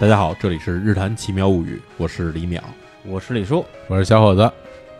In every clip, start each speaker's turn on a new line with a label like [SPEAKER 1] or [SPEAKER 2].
[SPEAKER 1] 大家好，这里是《日谈奇妙物语》，我是李淼。
[SPEAKER 2] 我是李叔。
[SPEAKER 3] 我是小伙子，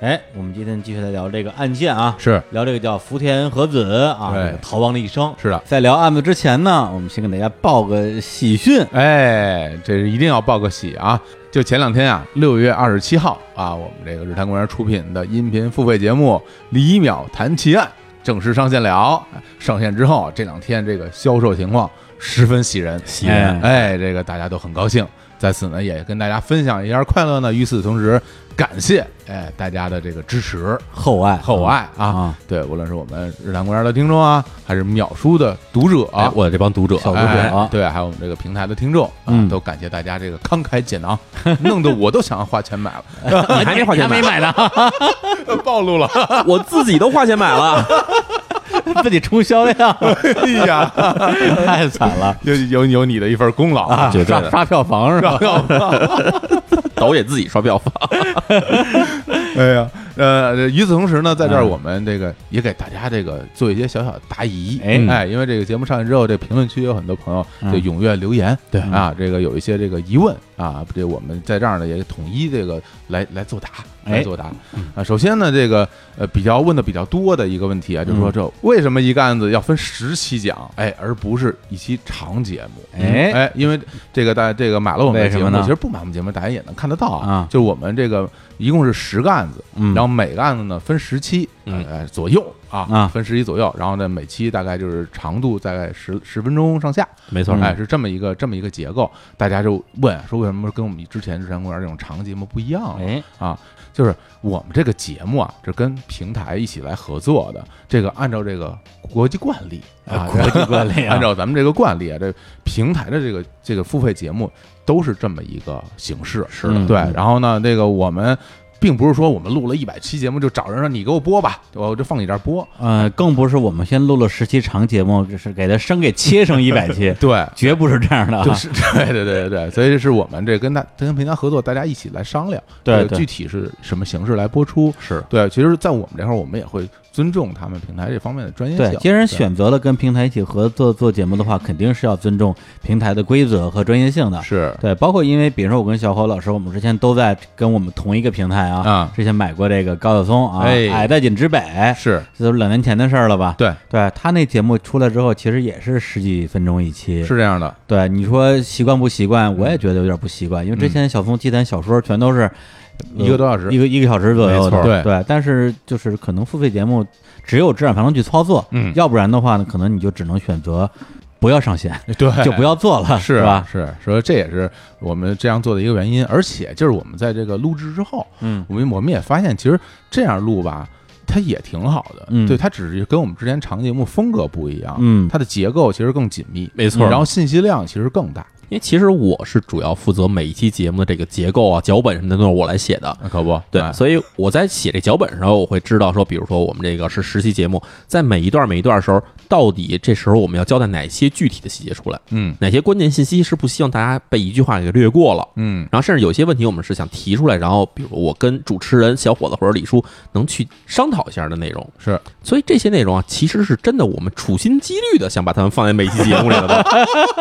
[SPEAKER 2] 哎，我们今天继续来聊这个案件啊，
[SPEAKER 3] 是
[SPEAKER 2] 聊这个叫福田和子啊，
[SPEAKER 3] 对
[SPEAKER 2] 这个逃亡的一生。
[SPEAKER 3] 是的，
[SPEAKER 2] 在聊案子之前呢，我们先给大家报个喜讯，
[SPEAKER 3] 哎，这是一定要报个喜啊！就前两天啊，六月二十七号啊，我们这个日坛公园出品的音频付费节目《李淼谈奇案》正式上线了。上线之后，啊这两天这个销售情况十分喜人，
[SPEAKER 1] 喜人
[SPEAKER 3] 哎，这个大家都很高兴。在此呢，也跟大家分享一下快乐呢。与此同时，感谢哎大家的这个支持
[SPEAKER 2] 厚爱
[SPEAKER 3] 厚爱啊！
[SPEAKER 2] 啊，
[SPEAKER 3] 对，无论是我们日坛公园的听众啊，还是淼叔的读者啊，
[SPEAKER 1] 哎，我的这帮读者，
[SPEAKER 2] 小读者
[SPEAKER 3] 哎对，还有我们这个平台的听众，啊
[SPEAKER 2] 嗯
[SPEAKER 3] 都感谢大家这个慷慨解囊， 弄得我都想要花钱买了，
[SPEAKER 1] 哎你还没花钱买，
[SPEAKER 2] 买呢，
[SPEAKER 3] 暴露了，
[SPEAKER 1] 我自己都花钱买了。
[SPEAKER 2] 自己冲销 量，
[SPEAKER 3] 哎呀，
[SPEAKER 2] 太惨了，
[SPEAKER 3] 有有有你的一份功劳啊
[SPEAKER 1] 绝对
[SPEAKER 2] 刷
[SPEAKER 1] 的
[SPEAKER 2] 刷票房是吧？
[SPEAKER 1] 抖也自己刷票房，
[SPEAKER 3] 哎呀，呃，这与此同时呢，在这儿
[SPEAKER 2] 嗯
[SPEAKER 3] 我们这个也给大家这个做一些小小的答疑，
[SPEAKER 2] 哎
[SPEAKER 3] 哎，
[SPEAKER 1] 嗯
[SPEAKER 3] 因为这个节目上线之后，这评论区有很多朋友
[SPEAKER 2] 嗯
[SPEAKER 3] 就踊跃留言，
[SPEAKER 1] 对
[SPEAKER 3] 啊，这个有一些这个疑问啊，这我们在这儿呢也统一这个来来作答，
[SPEAKER 2] 哎
[SPEAKER 3] 来作答
[SPEAKER 1] 嗯
[SPEAKER 3] 啊。首先呢，这个呃比较问的比较多的一个问题啊，就是
[SPEAKER 2] 嗯
[SPEAKER 3] 说这为什么一个案子要分十期讲，哎，而不是一期长节目？
[SPEAKER 2] 哎
[SPEAKER 3] 哎，因为这个大家这个买了我们的
[SPEAKER 2] 为什
[SPEAKER 3] 节
[SPEAKER 2] 么
[SPEAKER 3] 目，
[SPEAKER 2] 呢
[SPEAKER 3] 其实不买我们节目大家也能看得到
[SPEAKER 2] 啊
[SPEAKER 3] 就是我们这个一共是十个案子。
[SPEAKER 2] 嗯
[SPEAKER 3] 然后每个案子呢分十期，
[SPEAKER 1] 嗯
[SPEAKER 3] 呃左右啊，
[SPEAKER 2] 啊
[SPEAKER 3] 分十期左右，然后呢每期大概就是长度大概十十分钟上下，
[SPEAKER 1] 没
[SPEAKER 2] 嗯
[SPEAKER 1] 错，
[SPEAKER 3] 哎，是这么一个这么一个结构。大家就问说，为什么跟我们之前日常公园这种长节目不一样啊？
[SPEAKER 2] 哎，
[SPEAKER 3] 啊，就是我们这个节目啊，这跟平台一起来合作的，这个按照这个国际惯例啊，
[SPEAKER 2] 国际惯例啊
[SPEAKER 3] 按照咱们这个惯例啊，这平台的这个这个付费节目都是这么一个形式，是
[SPEAKER 2] 的
[SPEAKER 3] 对
[SPEAKER 2] 嗯。
[SPEAKER 3] 然后呢，这个我们。并不是说我们录了一百期节目就找人让你给我播吧，我就放你这儿播。，
[SPEAKER 2] 呃，更不是我们先录了十期长节目，就是给它生给切成一百期
[SPEAKER 3] 对，
[SPEAKER 2] 绝不是这样的啊，
[SPEAKER 3] 就是 对对对对对，所以这是我们这跟大跟平台合作，大家一起来商量，
[SPEAKER 2] 对
[SPEAKER 3] 这个
[SPEAKER 2] 对
[SPEAKER 3] 具体是什么形式来播出。
[SPEAKER 1] 是
[SPEAKER 3] 对，其实，在我们这块儿，我们也会尊重他们平台这方面的专业性。
[SPEAKER 2] 对，既然选择了跟平台一起合作做节目的话，肯定是要尊重平台的规则和专业性的。
[SPEAKER 3] 是
[SPEAKER 2] 对，包括因为比如说我跟小火老师，我们之前都在跟我们同一个平台啊，
[SPEAKER 3] 啊
[SPEAKER 2] 之前买过这个高晓松啊，
[SPEAKER 3] 哎
[SPEAKER 2] 矮在井之北，
[SPEAKER 3] 是，
[SPEAKER 2] 这都是两年前的事儿了吧？
[SPEAKER 3] 对，
[SPEAKER 2] 对他那节目出来之后，其实也是十几分钟一期。
[SPEAKER 3] 是这样的，
[SPEAKER 2] 对，你说习惯不习
[SPEAKER 3] 嗯
[SPEAKER 2] 惯？我也觉得有点不习惯，因为之前小松鸡谈小说全都是呃
[SPEAKER 3] 一个多小时
[SPEAKER 2] 一个一个小时左右的，
[SPEAKER 3] 没错对
[SPEAKER 2] 对。但是就是可能付费节目只有这样才能去操作，
[SPEAKER 3] 嗯
[SPEAKER 2] 要不然的话呢，可能你就只能选择不要上线，
[SPEAKER 3] 对
[SPEAKER 2] 就不要做了，
[SPEAKER 3] 是啊
[SPEAKER 2] 吧？
[SPEAKER 3] 是，所以这也是我们这样做的一个原因。而且就是我们在这个录制之后，
[SPEAKER 2] 嗯，
[SPEAKER 3] 我们我们也发现，其实这样录吧，它也挺好的。
[SPEAKER 2] 嗯
[SPEAKER 3] 对，它只是跟我们之前长节目风格不一样，
[SPEAKER 2] 嗯
[SPEAKER 3] 它的结构其实更紧密，
[SPEAKER 1] 没错
[SPEAKER 3] 然后信息量其实更大，
[SPEAKER 1] 因为其实我是主要负责每一期节目的这个结构啊、脚本什么的都是我来写的。
[SPEAKER 3] 可不？
[SPEAKER 1] 对，
[SPEAKER 3] 哎
[SPEAKER 1] 所以我在写这脚本的时候，我会知道说，比如说我们这个是十期节目，在每一段每一段的时候，到底这时候我们要交代哪些具体的细节出来，
[SPEAKER 3] 嗯
[SPEAKER 1] 哪些关键信息是不希望大家被一句话给略过了。
[SPEAKER 3] 嗯，
[SPEAKER 1] 然后甚至有些问题我们是想提出来，然后比如我跟主持人小伙子或者李叔能去商讨一下的内容。
[SPEAKER 3] 是
[SPEAKER 1] 所以这些内容啊，其实是真的，我们处心积虑的想把它们放在每期节目里的 吧。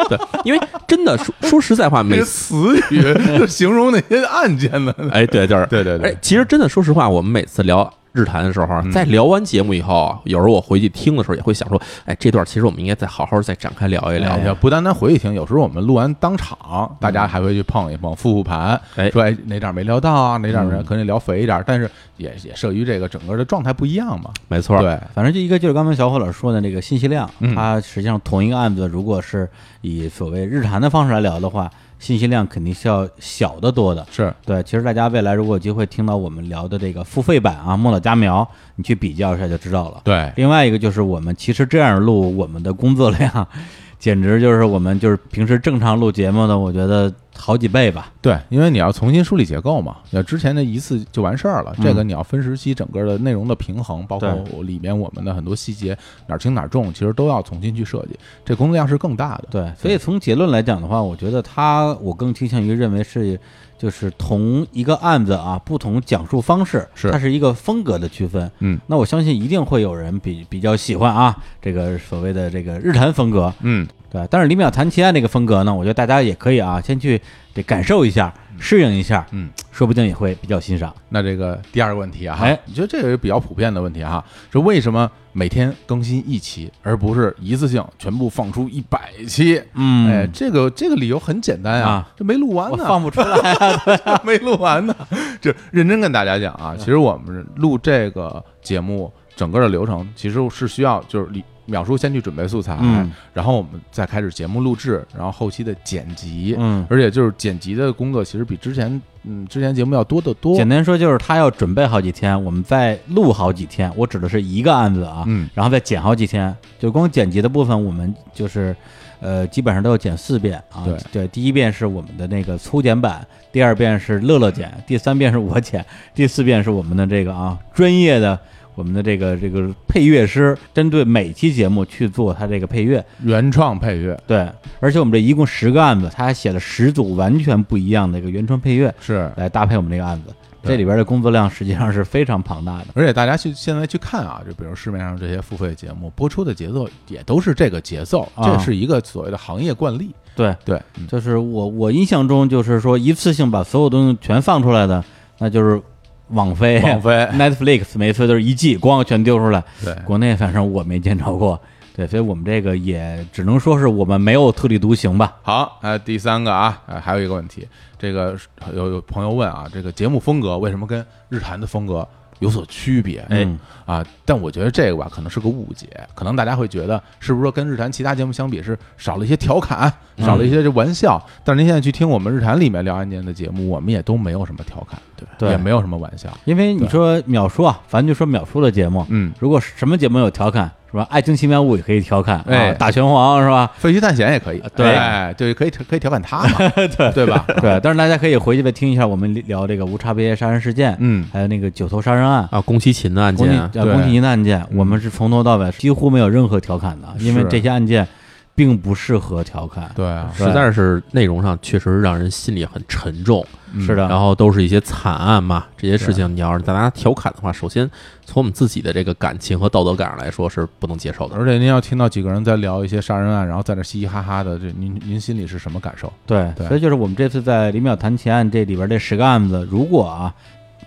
[SPEAKER 1] 对，因为真的说说实在话，每
[SPEAKER 3] 这词 语就形容那些案件的，
[SPEAKER 1] 哎对就是
[SPEAKER 3] 对对嗯对
[SPEAKER 1] 哎，其实真的说实话，我们每次聊。日谈的时候啊，在聊完节目以后啊，有时候我回去听的时候也会想说，哎，这段其实我们应该再好好再展开聊一聊。
[SPEAKER 3] 哎呀，不单单回去听，有时候我们录完当场，大家还会去碰一碰、复复盘，
[SPEAKER 1] 哎
[SPEAKER 3] 嗯说哎哪点儿没聊到啊，哪点儿可能聊肥一点儿，但是也也慑于这个整个的状态不一样嘛。
[SPEAKER 1] 没错，
[SPEAKER 3] 对，
[SPEAKER 2] 反正就一个就是刚才小火老师说的那个信息量，
[SPEAKER 3] 嗯
[SPEAKER 2] 它实际上同一个案子，如果是以所谓日谈的方式来聊的话，信息量肯定是要小得多的。
[SPEAKER 3] 是
[SPEAKER 2] 对，其实大家未来如果有机会听到我们聊的这个付费版啊，《莫老佳苗》，你去比较一下就知道了。
[SPEAKER 3] 对，
[SPEAKER 2] 另外一个就是我们其实这样录，我们的工作量 简直就是我们就是平时正常录节目的，我觉得好几倍吧。
[SPEAKER 3] 对，因为你要重新梳理结构嘛，要之前的一次就完事儿了。这个你要分时期，整个的内容的平衡，包括
[SPEAKER 2] 对
[SPEAKER 3] 我里面我们的很多细节哪儿轻哪儿重，其实都要重新去设计，这工作量是更大的。
[SPEAKER 2] 对，所以从结论来讲的话，我觉得他我更倾向于认为是，就是同一个案子啊，不同讲述方式，
[SPEAKER 3] 是
[SPEAKER 2] 它是一个风格的区分。
[SPEAKER 3] 嗯
[SPEAKER 2] 那我相信一定会有人比比较喜欢啊，这个所谓的这个日谈风格，
[SPEAKER 3] 嗯，
[SPEAKER 2] 对，但是李淼谈奇案这个风格呢，我觉得大家也可以啊，先去得感受一下，适应一下，
[SPEAKER 3] 嗯，
[SPEAKER 2] 说不定也会比较欣赏。
[SPEAKER 3] 那这个第二个问题啊，
[SPEAKER 2] 哎，
[SPEAKER 3] 你觉得这个是比较普遍的问题啊哈、是为什么每天更新一期，而不是一次性全部放出一百期？
[SPEAKER 2] 嗯
[SPEAKER 3] 哎，这个这个理由很简单
[SPEAKER 2] 啊
[SPEAKER 3] 这没录完
[SPEAKER 2] 我
[SPEAKER 3] 呢，
[SPEAKER 2] 放不出来，
[SPEAKER 3] 没录完呢。这认真跟大家讲啊，其实我们录这个节目整个的流程，其实是需要就是李淼叔先去准备素材，
[SPEAKER 2] 嗯
[SPEAKER 3] 然后我们再开始节目录制，然后后期的剪辑，
[SPEAKER 2] 嗯，
[SPEAKER 3] 而且就是剪辑的工作其实比之前嗯之前节目要多得多
[SPEAKER 2] 简。单说就是他要准备好几天，我们再录好几天。我指的是一个案子啊，
[SPEAKER 3] 嗯
[SPEAKER 2] 然后再剪好几天。就光剪辑的部分，我们就是呃，基本上都要剪四遍啊。
[SPEAKER 3] 对
[SPEAKER 2] 第一遍是我们的那个粗剪版，第二遍是乐乐剪，第三遍是我剪， 第四遍是我们的这个啊专业的。我们的这个这个配乐师针对每期节目去做他这个配乐，
[SPEAKER 3] 原创配乐
[SPEAKER 2] 对，而且我们这一共十个案子，他还写了十组完全不一样的一个原创配乐，
[SPEAKER 3] 是。
[SPEAKER 2] 来搭配我们这个案子。
[SPEAKER 3] 对
[SPEAKER 2] 这里边的工作量实际上是非常庞大的。
[SPEAKER 3] 而且大家去现在去看啊，就比如市面上这些付费节目播出的节奏也都是这个节奏，
[SPEAKER 2] 啊
[SPEAKER 3] 这是一个所谓的行业惯例。
[SPEAKER 2] 对，
[SPEAKER 3] 对，嗯
[SPEAKER 2] 就是我我印象中就是说一次性把所有东西全放出来的，那就是网飞、
[SPEAKER 3] 网飞
[SPEAKER 2] Netflix 每次都是一季光全丢出来。
[SPEAKER 3] 对，
[SPEAKER 2] 国内反正我没见着过，对，所以我们这个也只能说是我们没有特立独行吧。
[SPEAKER 3] 好，呃，第三个啊，呃，还有一个问题，这个是有有朋友问啊，这个节目风格为什么跟日坛的风格有所区别？
[SPEAKER 2] 哎
[SPEAKER 3] 啊，但我觉得这个吧，可能是个误解，可能大家会觉得是不是说跟日坛其他节目相比是少了一些调侃，
[SPEAKER 2] 嗯
[SPEAKER 3] 少了一些这玩笑？但是您现在去听我们日坛里面聊案件的节目，我们也都没有什么调侃，对吧？
[SPEAKER 2] 对
[SPEAKER 3] 也没有什么玩笑，
[SPEAKER 2] 因为你说秒叔啊，咱就说秒叔的节目，
[SPEAKER 3] 嗯，
[SPEAKER 2] 如果什么节目有调侃，是吧？《爱情奇妙物》也可以调侃，
[SPEAKER 3] 哎
[SPEAKER 2] 啊，打拳皇是吧？
[SPEAKER 3] 废墟探险也可以，
[SPEAKER 2] 对
[SPEAKER 3] 哎对，可以可以调侃他嘛，对对吧？
[SPEAKER 2] 对，但是大家可以回去再听一下我们聊这个无差别杀人事件，
[SPEAKER 3] 嗯
[SPEAKER 2] 还有那个九头杀人案，
[SPEAKER 1] 啊，宫崎勤的案
[SPEAKER 2] 宫
[SPEAKER 1] 件
[SPEAKER 2] 崎
[SPEAKER 1] 啊，
[SPEAKER 2] 呃
[SPEAKER 3] 对嗯
[SPEAKER 2] 宫崎骏的案件，我们是从头到尾几乎没有任何调侃的，因为
[SPEAKER 3] 是
[SPEAKER 2] 这些案件并不适合调侃。
[SPEAKER 3] 对啊，
[SPEAKER 1] 实在是内容上确实让人心里很沉重。
[SPEAKER 3] 嗯
[SPEAKER 2] 是的，
[SPEAKER 1] 然后都是一些惨案嘛，这些事情你要是大家调侃的话，首先从我们自己的这个感情和道德感上来说是不能接受的。
[SPEAKER 3] 而且您要听到几个人在聊一些杀人案，然后在那嘻嘻哈哈的，这您您心里是什么感受？
[SPEAKER 2] 对，
[SPEAKER 3] 对
[SPEAKER 2] 所以就是我们这次在《李淼谈奇案》这里边这十个案子，如果啊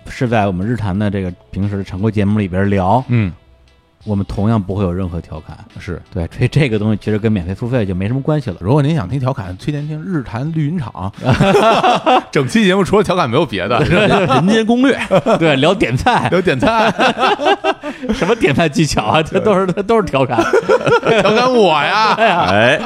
[SPEAKER 2] 是在我们日谈的这个平时的常规节目里边聊，
[SPEAKER 3] 嗯，
[SPEAKER 2] 我们同样不会有任何调侃。
[SPEAKER 3] 是。
[SPEAKER 2] 对，所以这个东西其实跟免费付费就没什么关系 了。
[SPEAKER 3] 如果您想听调侃，推荐听《日坛绿茵场》， 整期节目除了调侃没有别的，是吧
[SPEAKER 1] 人间攻略，
[SPEAKER 2] 对，聊点菜，
[SPEAKER 3] 有点赞，
[SPEAKER 2] 什么点菜技巧啊，这都是这都是调侃。
[SPEAKER 3] 调侃我呀，
[SPEAKER 1] 哎，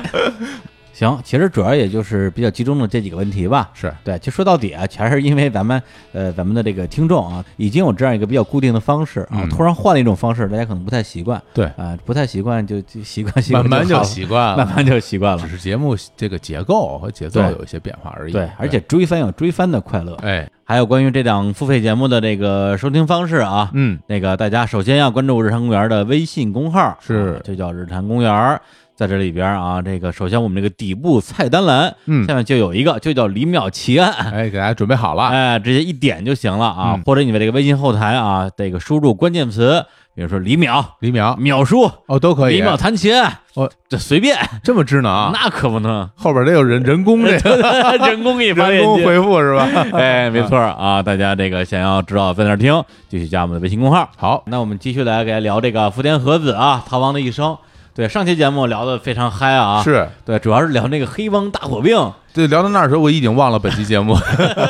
[SPEAKER 2] 行，其实主要也就是比较集中的这几个问题吧。
[SPEAKER 3] 是
[SPEAKER 2] 对，就说到底啊，全是因为咱们呃咱们的这个听众啊，已经有这样一个比较固定的方式啊，
[SPEAKER 3] 嗯
[SPEAKER 2] 突然换了一种方式，大家可能不太习惯。
[SPEAKER 3] 对
[SPEAKER 2] 啊、不太习惯就就习惯习惯
[SPEAKER 3] 慢慢
[SPEAKER 2] 就
[SPEAKER 3] 就
[SPEAKER 2] 好
[SPEAKER 3] 习惯
[SPEAKER 2] 慢
[SPEAKER 3] 了，
[SPEAKER 2] 慢就习惯了
[SPEAKER 3] 只。是节目这个结构和节奏
[SPEAKER 2] 对
[SPEAKER 3] 有一些变化而已。
[SPEAKER 2] 对，而且追番有追番的快乐，
[SPEAKER 3] 哎，
[SPEAKER 2] 还有关于这档付费节目的这个收听方式啊，
[SPEAKER 3] 嗯，
[SPEAKER 2] 那个大家首先要关注日坛公园的微信公号，
[SPEAKER 3] 是
[SPEAKER 2] 就叫日坛公园。在这里边啊，这个首先我们这个底部菜单栏，
[SPEAKER 3] 嗯
[SPEAKER 2] 下面就有一个，就叫李淼奇案，
[SPEAKER 3] 哎，给大家准备好了，
[SPEAKER 2] 哎，直接一点就行了啊，
[SPEAKER 3] 嗯
[SPEAKER 2] 或者你在这个微信后台啊，这个输入关键词，比如说李淼、
[SPEAKER 3] 李淼，
[SPEAKER 2] 淼叔、
[SPEAKER 3] 哦，都啊可以
[SPEAKER 2] 李，淼弹琴，
[SPEAKER 3] 哦，
[SPEAKER 2] 这随便，
[SPEAKER 3] 这么智能啊，
[SPEAKER 2] 那可不 能，
[SPEAKER 3] 后边得有人人工 这个
[SPEAKER 2] 人工给你发
[SPEAKER 3] 人
[SPEAKER 2] 链
[SPEAKER 3] 工
[SPEAKER 2] 接。
[SPEAKER 3] 回复是 吧？
[SPEAKER 2] 哎，没错啊，大家这个想要知道在哪儿听，就去加我们的微信公号。
[SPEAKER 3] 好，
[SPEAKER 2] 那我们继续来给大家聊这个福田和子啊，逃亡的一生。对，上期节目聊的非常嗨啊，
[SPEAKER 3] 是
[SPEAKER 2] 对，主要是聊那个黑帮大火并，
[SPEAKER 3] 对，聊到那儿的时候，我已经忘了本期 节目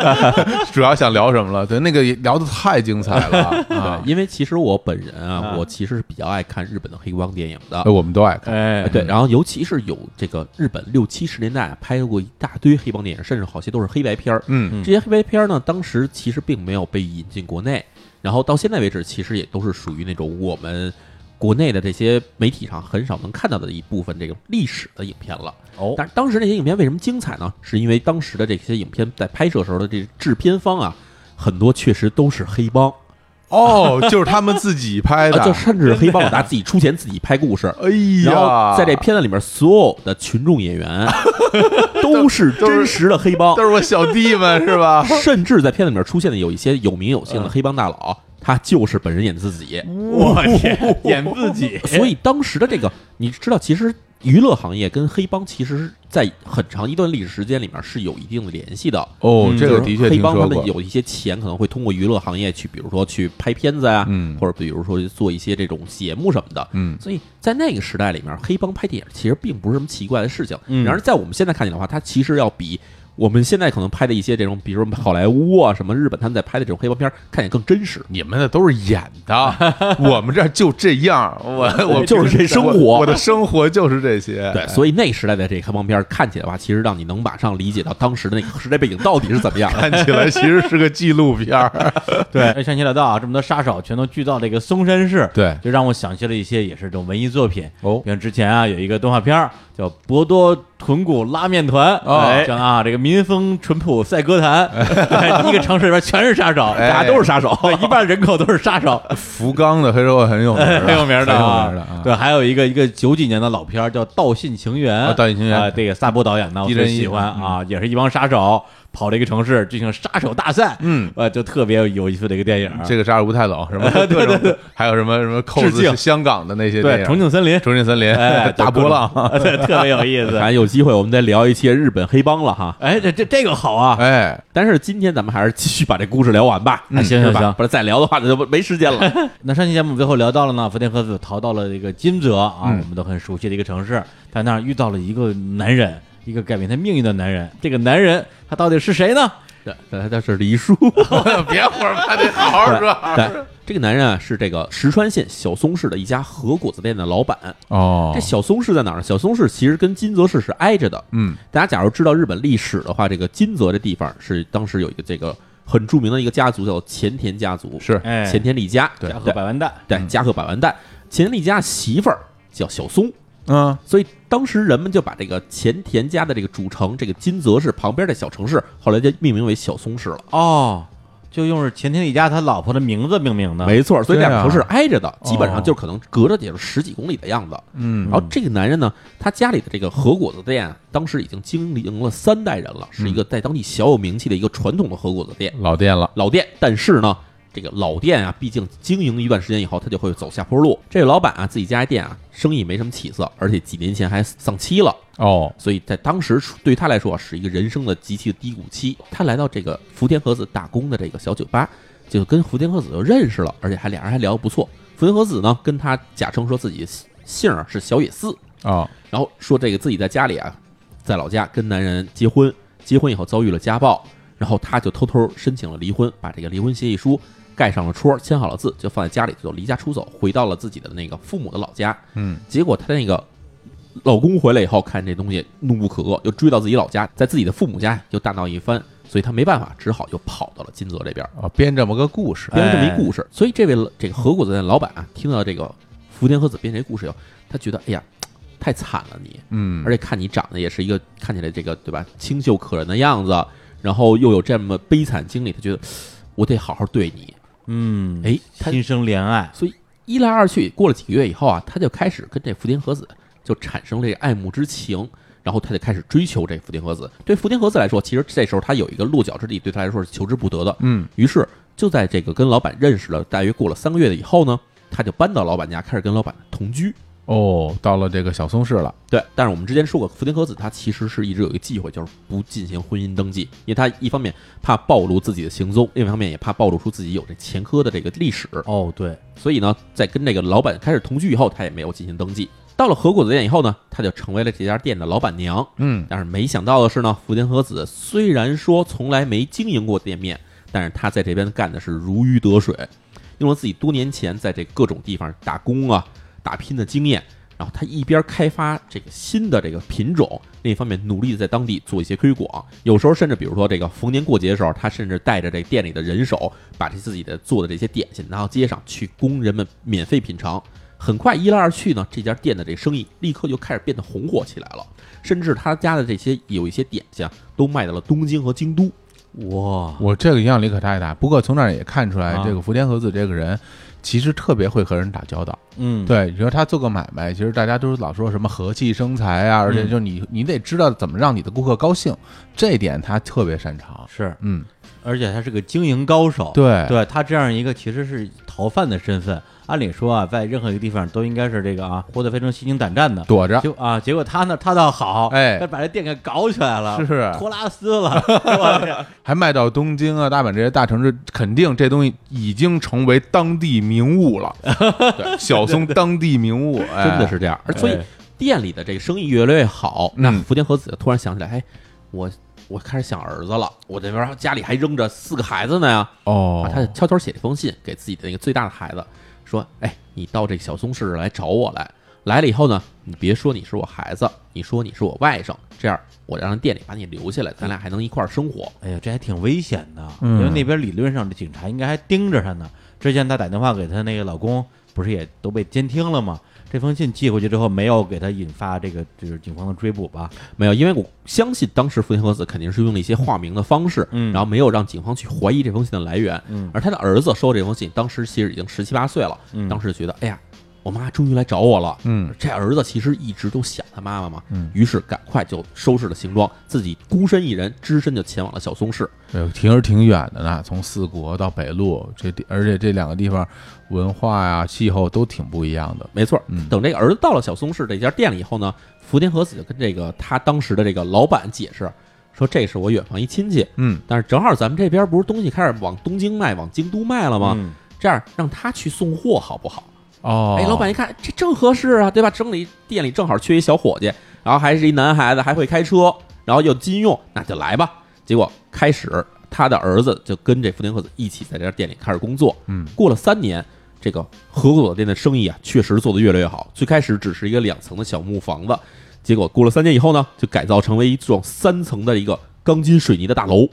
[SPEAKER 3] 主要想聊什么了。对，那个也聊的太精彩了 啊！
[SPEAKER 1] 因为其实我本人啊
[SPEAKER 2] 啊，
[SPEAKER 1] 我其实是比较爱看日本的黑帮电影的
[SPEAKER 3] 哎。嗯我们都爱看，
[SPEAKER 2] 哎
[SPEAKER 1] 哎，对，然后尤其是有这个日本六七十年代拍过一大堆黑帮电影，甚至好些都是黑白片儿。
[SPEAKER 3] 嗯，
[SPEAKER 1] 这些黑白片儿呢，当时其实并没有被引进国内，然后到现在为止，其实也都是属于那种我们国内的这些媒体上很少能看到的一部分这个历史的影片了。
[SPEAKER 2] 哦，
[SPEAKER 1] 但是当时那些影片为什么精彩呢？是因为当时的这些影片在拍摄时候的这制片方啊，很多确实都是黑帮，
[SPEAKER 3] 哦，就是他们自己拍 的
[SPEAKER 1] 啊，就，甚至黑帮老大自己出钱自己拍故事。
[SPEAKER 3] 哎
[SPEAKER 1] 然
[SPEAKER 3] 呀，
[SPEAKER 1] 后在这片子里面，所有的群众演 员都是真实的黑帮
[SPEAKER 3] 都，是我小弟们是嗯吧？
[SPEAKER 1] 甚至在片子里面出现的有一些有名有姓的黑帮大佬，他就是本人演自己。
[SPEAKER 2] 哦 我天，演自己，
[SPEAKER 1] 所以当时的这个，你知道，其实娱乐行业跟黑帮其实，在很长一段历史时间里面是有一定的联系的。
[SPEAKER 3] 哦，
[SPEAKER 2] 嗯
[SPEAKER 3] 这个
[SPEAKER 1] 就是
[SPEAKER 3] 的确
[SPEAKER 1] 黑
[SPEAKER 3] 听
[SPEAKER 1] 帮他
[SPEAKER 3] 说
[SPEAKER 1] 们
[SPEAKER 3] 过，
[SPEAKER 1] 有一些钱可能会通过娱乐行业去，比如说去拍片子啊，
[SPEAKER 3] 嗯
[SPEAKER 1] 或者比如说做一些这种节目什么的。
[SPEAKER 3] 嗯
[SPEAKER 1] 所以在那个时代里面，黑帮拍电影其实并不是什么奇怪的事情。
[SPEAKER 2] 嗯
[SPEAKER 1] 然而在我们现在看起来的话，它其实要比我们现在可能拍的一些这种，比如说好莱坞啊什么日本他们在拍的这种黑帮片儿，看起来更真实。
[SPEAKER 3] 你们那都是演的，我们这儿就这样， 我我
[SPEAKER 1] 就是这生活
[SPEAKER 3] 我我的生活就是这些。
[SPEAKER 1] 对，所以那时代的这个黑帮片儿看起来的话，其实让你能马上理解到当时的那个时代背景到底是怎么样 的。
[SPEAKER 3] 看起来其实是个纪录片儿。
[SPEAKER 2] 对，山西老道啊，这么多杀手全都聚到这个嵩山市，
[SPEAKER 3] 对
[SPEAKER 2] 就让我想起了一些也是这种文艺作品。
[SPEAKER 3] 哦
[SPEAKER 2] 像之前啊有一个动画片儿叫《博多豚骨拉面团》，
[SPEAKER 3] 哦
[SPEAKER 2] 哎讲啊这个民风淳朴赛鸽坛， 哎对一个城市里边全是杀手，
[SPEAKER 3] 哎
[SPEAKER 2] 大家都是杀 手，对，一半人口都是杀手，
[SPEAKER 3] 福冈的黑社会很有名儿
[SPEAKER 2] 哎
[SPEAKER 3] 的，
[SPEAKER 2] 很有名的
[SPEAKER 3] 很有
[SPEAKER 2] 啊
[SPEAKER 3] 名的啊。
[SPEAKER 2] 对，还有一个一个九几年的老片儿叫《道信情缘》，
[SPEAKER 3] 啊道信情缘
[SPEAKER 2] 啊，这个萨波导演呢，我
[SPEAKER 3] 一人
[SPEAKER 2] 最
[SPEAKER 3] 一嗯
[SPEAKER 2] 喜欢啊，也是一帮杀手跑了一个城市进行杀手大赛，
[SPEAKER 3] 嗯
[SPEAKER 2] 呃，就特别有意思的一个电影儿。
[SPEAKER 3] 这个杀手不太冷， 什么各种，还有什么什么扣
[SPEAKER 2] 致
[SPEAKER 3] 子
[SPEAKER 2] 敬
[SPEAKER 3] 是香港的那些电
[SPEAKER 2] 对，
[SPEAKER 3] 影，
[SPEAKER 2] 重庆森 林，
[SPEAKER 3] 重庆森林
[SPEAKER 2] 哎，
[SPEAKER 3] 大波浪，
[SPEAKER 2] 对，特别有意
[SPEAKER 1] 反
[SPEAKER 2] 思。
[SPEAKER 1] 正有机会我们再聊一些日本黑帮了哈。
[SPEAKER 2] 哎，这这这个好啊！
[SPEAKER 3] 哎，
[SPEAKER 1] 但是今天咱们还是继续把这故事聊完吧。
[SPEAKER 2] 嗯行
[SPEAKER 1] 是吧
[SPEAKER 2] 行行
[SPEAKER 1] 不然再聊的话那就没时间了。
[SPEAKER 2] 那上期节目最后聊到了呢，福田和子逃到了这个金泽啊，
[SPEAKER 3] 嗯
[SPEAKER 2] 我们都很熟悉的一个城市，在那儿遇到了一个男人，一个改变他命运的男人。这个男人他到底是谁呢？
[SPEAKER 1] 他他是黎 叔，
[SPEAKER 3] 别胡说八道，得好好说。
[SPEAKER 1] 对，这个男人啊是这个石川县小松市的一家和果子店的老板。
[SPEAKER 3] 哦
[SPEAKER 1] 这小松市在哪儿呢？小松市其实跟金泽市是挨着的。
[SPEAKER 3] 嗯，
[SPEAKER 1] 大家假如知道日本历史的话，这个金泽这地方是当时有一个这个很著名的一个家族叫前田家族，
[SPEAKER 3] 是
[SPEAKER 2] 哎，
[SPEAKER 1] 前田利家，
[SPEAKER 3] 对
[SPEAKER 2] 家和百万蛋，
[SPEAKER 1] 对，加贺百万蛋。前田利家媳妇儿叫小松，
[SPEAKER 3] 嗯，
[SPEAKER 1] 所以当时人们就把这个前田家的这个主城，这个金泽市旁边的小城市，后来就命名为小松市了。
[SPEAKER 2] 哦，就用是前田里家他老婆的名字命名的。
[SPEAKER 1] 没错，所以
[SPEAKER 3] 对啊哦
[SPEAKER 1] 两个城市挨着的，基本上就可能隔着也就是十几公里的样子。
[SPEAKER 3] 嗯
[SPEAKER 1] 然后这个男人呢，他家里的这个和果子店，当时已经经营了三代人
[SPEAKER 3] 嗯
[SPEAKER 1] 了，是一个在当地小有名气的一个传统的和果子店
[SPEAKER 3] 老店了，
[SPEAKER 1] 老店。但是呢，这个老店啊，毕竟经营一段时间以后，他就会走下坡路。这个老板啊，自己家店啊，生意没什么起色，而且几年前还丧妻了。
[SPEAKER 3] 哦，
[SPEAKER 1] 所以在当时对他来说啊，是一个人生的极其的低谷期。他来到这个福田和子打工的这个小酒吧，就跟福田和子就认识了，而且还俩人还聊得不错。福田和子呢，跟他假称说自己姓儿是小野寺，
[SPEAKER 3] 哦，
[SPEAKER 1] 然后说这个自己在家里啊，在老家跟男人结婚，结婚以后遭遇了家暴，然后他就偷偷申请了离婚，把这个离婚协议书盖上了戳，签好了字，就放在家里，就离家出走，回到了自己的那个父母的老家。
[SPEAKER 3] 嗯，
[SPEAKER 1] 结果她那个老公回来以后，看这东西怒不可遏，又追到自己老家，在自己的父母家又大闹一番，所以她没办法，只好又跑到了金泽这边，
[SPEAKER 3] 哦，编这么个故事，
[SPEAKER 1] 编了这么一故事。所以这位这个和果子店老板啊，听到这个福田和子编这故事以后，他觉得哎呀，太惨了你，
[SPEAKER 3] 嗯，
[SPEAKER 1] 而且看你长得也是一个看起来这个对吧清秀可人的样子，然后又有这么悲惨经历，他觉得我得好好对你。
[SPEAKER 2] 嗯，
[SPEAKER 1] 哎，他
[SPEAKER 2] 心生怜爱，
[SPEAKER 1] 所以一来二去，过了几个月以后啊，他就开始跟这福田和子就产生了这个爱慕之情，然后他就开始追求这福田和子。对福田和子来说，其实这时候他有一个落脚之地，对他来说是求之不得的。
[SPEAKER 3] 嗯，
[SPEAKER 1] 于是就在这个跟老板认识了，大约过了三个月以后呢，他就搬到老板家，开始跟老板同居。
[SPEAKER 3] 哦，到了这个小松市了，
[SPEAKER 1] 对，但是我们之前说过，福田和子她其实是一直有一个忌讳，就是不进行婚姻登记，因为她一方面怕暴露自己的行踪，另一方面也怕暴露出自己有这前科的这个历史。
[SPEAKER 2] 哦，对，
[SPEAKER 1] 所以呢，在跟这个老板开始同居以后，他也没有进行登记。到了和果子店以后呢，他就成为了这家店的老板娘。
[SPEAKER 3] 嗯，
[SPEAKER 1] 但是没想到的是呢，福田和子虽然说从来没经营过店面，但是他在这边干的是如鱼得水，用了自己多年前在这各种地方打工啊、打拼的经验，然后他一边开发这个新的这个品种，另一方面努力的在当地做一些推广。有时候甚至比如说这个逢年过节的时候，他甚至带着这店里的人手，把这自己的做的这些点心拿到街上去供人们免费品尝。很快一来二去呢，这家店的这生意立刻就开始变得红火起来了，甚至他家的这些有一些点心啊，都卖到了东京和京都。
[SPEAKER 2] 哇，
[SPEAKER 3] 我这个影响力可太大。不过从那儿也看出来
[SPEAKER 2] 啊，
[SPEAKER 3] 这个福田和子这个人其实特别会和人打交道。
[SPEAKER 2] 嗯，
[SPEAKER 3] 对，你说他做个买卖，其实大家都是老说什么和气生财啊，而且就你你得知道怎么让你的顾客高兴，这一点他特别擅长。
[SPEAKER 2] 是，
[SPEAKER 3] 嗯，
[SPEAKER 2] 而且他是个经营高手，
[SPEAKER 3] 对
[SPEAKER 2] 对他这样一个其实是逃犯的身份按理说啊，在任何一个地方都应该是这个啊，活得非常心惊胆战的。
[SPEAKER 3] 躲着，
[SPEAKER 2] 就啊，结果他呢，他倒好，
[SPEAKER 3] 哎
[SPEAKER 2] 他把这店给搞起来了，
[SPEAKER 3] 是
[SPEAKER 2] 托拉斯了，我天
[SPEAKER 3] 还卖到东京啊、大阪这些大城市，肯定这东西已经成为当地名物 了。对小松当地名物，哎
[SPEAKER 1] 真的是这样。而所以
[SPEAKER 2] 哎
[SPEAKER 1] 店里的这个生意越来越好，那
[SPEAKER 3] 嗯
[SPEAKER 1] 福田和子突然想起来，哎，我我开始想儿子了，我这边家里还扔着四个孩子呢呀。
[SPEAKER 3] 哦
[SPEAKER 1] 啊，他悄悄写了一封信给自己的那个最大的孩子，说：“哎，你到这个小松市来找我来，来了以后呢，你别说你是我孩子，你说你是我外甥，这样我让人店里把你留下来，咱俩还能一块儿生活。
[SPEAKER 2] 哎呀，这还挺危险的，
[SPEAKER 3] 嗯
[SPEAKER 2] 因为那边理论上这警察应该还盯着她呢。之前她打电话给她那个老公，不是也都被监听了吗？这封信寄回去之后，没有给她引发这个就是警方的追捕吧？
[SPEAKER 1] 没有，因为我相信当时福田和子肯定是用了一些化名的方式，
[SPEAKER 2] 嗯
[SPEAKER 1] 然后没有让警方去怀疑这封信的来源。
[SPEAKER 2] 嗯
[SPEAKER 1] 而他的儿子收到这封信，当时其实已经十七八岁了，
[SPEAKER 2] 嗯
[SPEAKER 1] 当时觉得，哎呀，我妈终于来找我了。
[SPEAKER 3] 嗯，
[SPEAKER 1] 这儿子其实一直都想他妈妈嘛，
[SPEAKER 3] 嗯
[SPEAKER 1] 于是赶快就收拾了行装，自己孤身一人，只身就前往了小松市。
[SPEAKER 3] 哎呦，挺是挺远的呢，从四国到北路这地，而且这两个地方文化呀、气候都挺不一样的。
[SPEAKER 1] 没错，
[SPEAKER 3] 嗯
[SPEAKER 1] 等这个儿子到了小松市这家店里以后呢，福田和子就跟这个他当时的这个老板解释说，这是我远房一亲戚，
[SPEAKER 3] 嗯，
[SPEAKER 1] 但是正好咱们这边不是东西开始往东京卖，往京都卖了吗？
[SPEAKER 2] 嗯
[SPEAKER 1] 这样让他去送货好不好？
[SPEAKER 3] 哦，
[SPEAKER 1] 哎，老板一看这正合适啊，对吧？整理店里正好缺一小伙计，然后还是一男孩子，还会开车，然后又金用，那就来吧。结果开始，他的儿子就跟这福田和子一起在这家店里开始工作。
[SPEAKER 3] 嗯，
[SPEAKER 1] 过了三年，这个合作店的生意啊，确实做得越来越好。最开始只是一个两层的小木房子，结果过了三年以后呢，就改造成为一幢三层的一个钢筋水泥的大楼，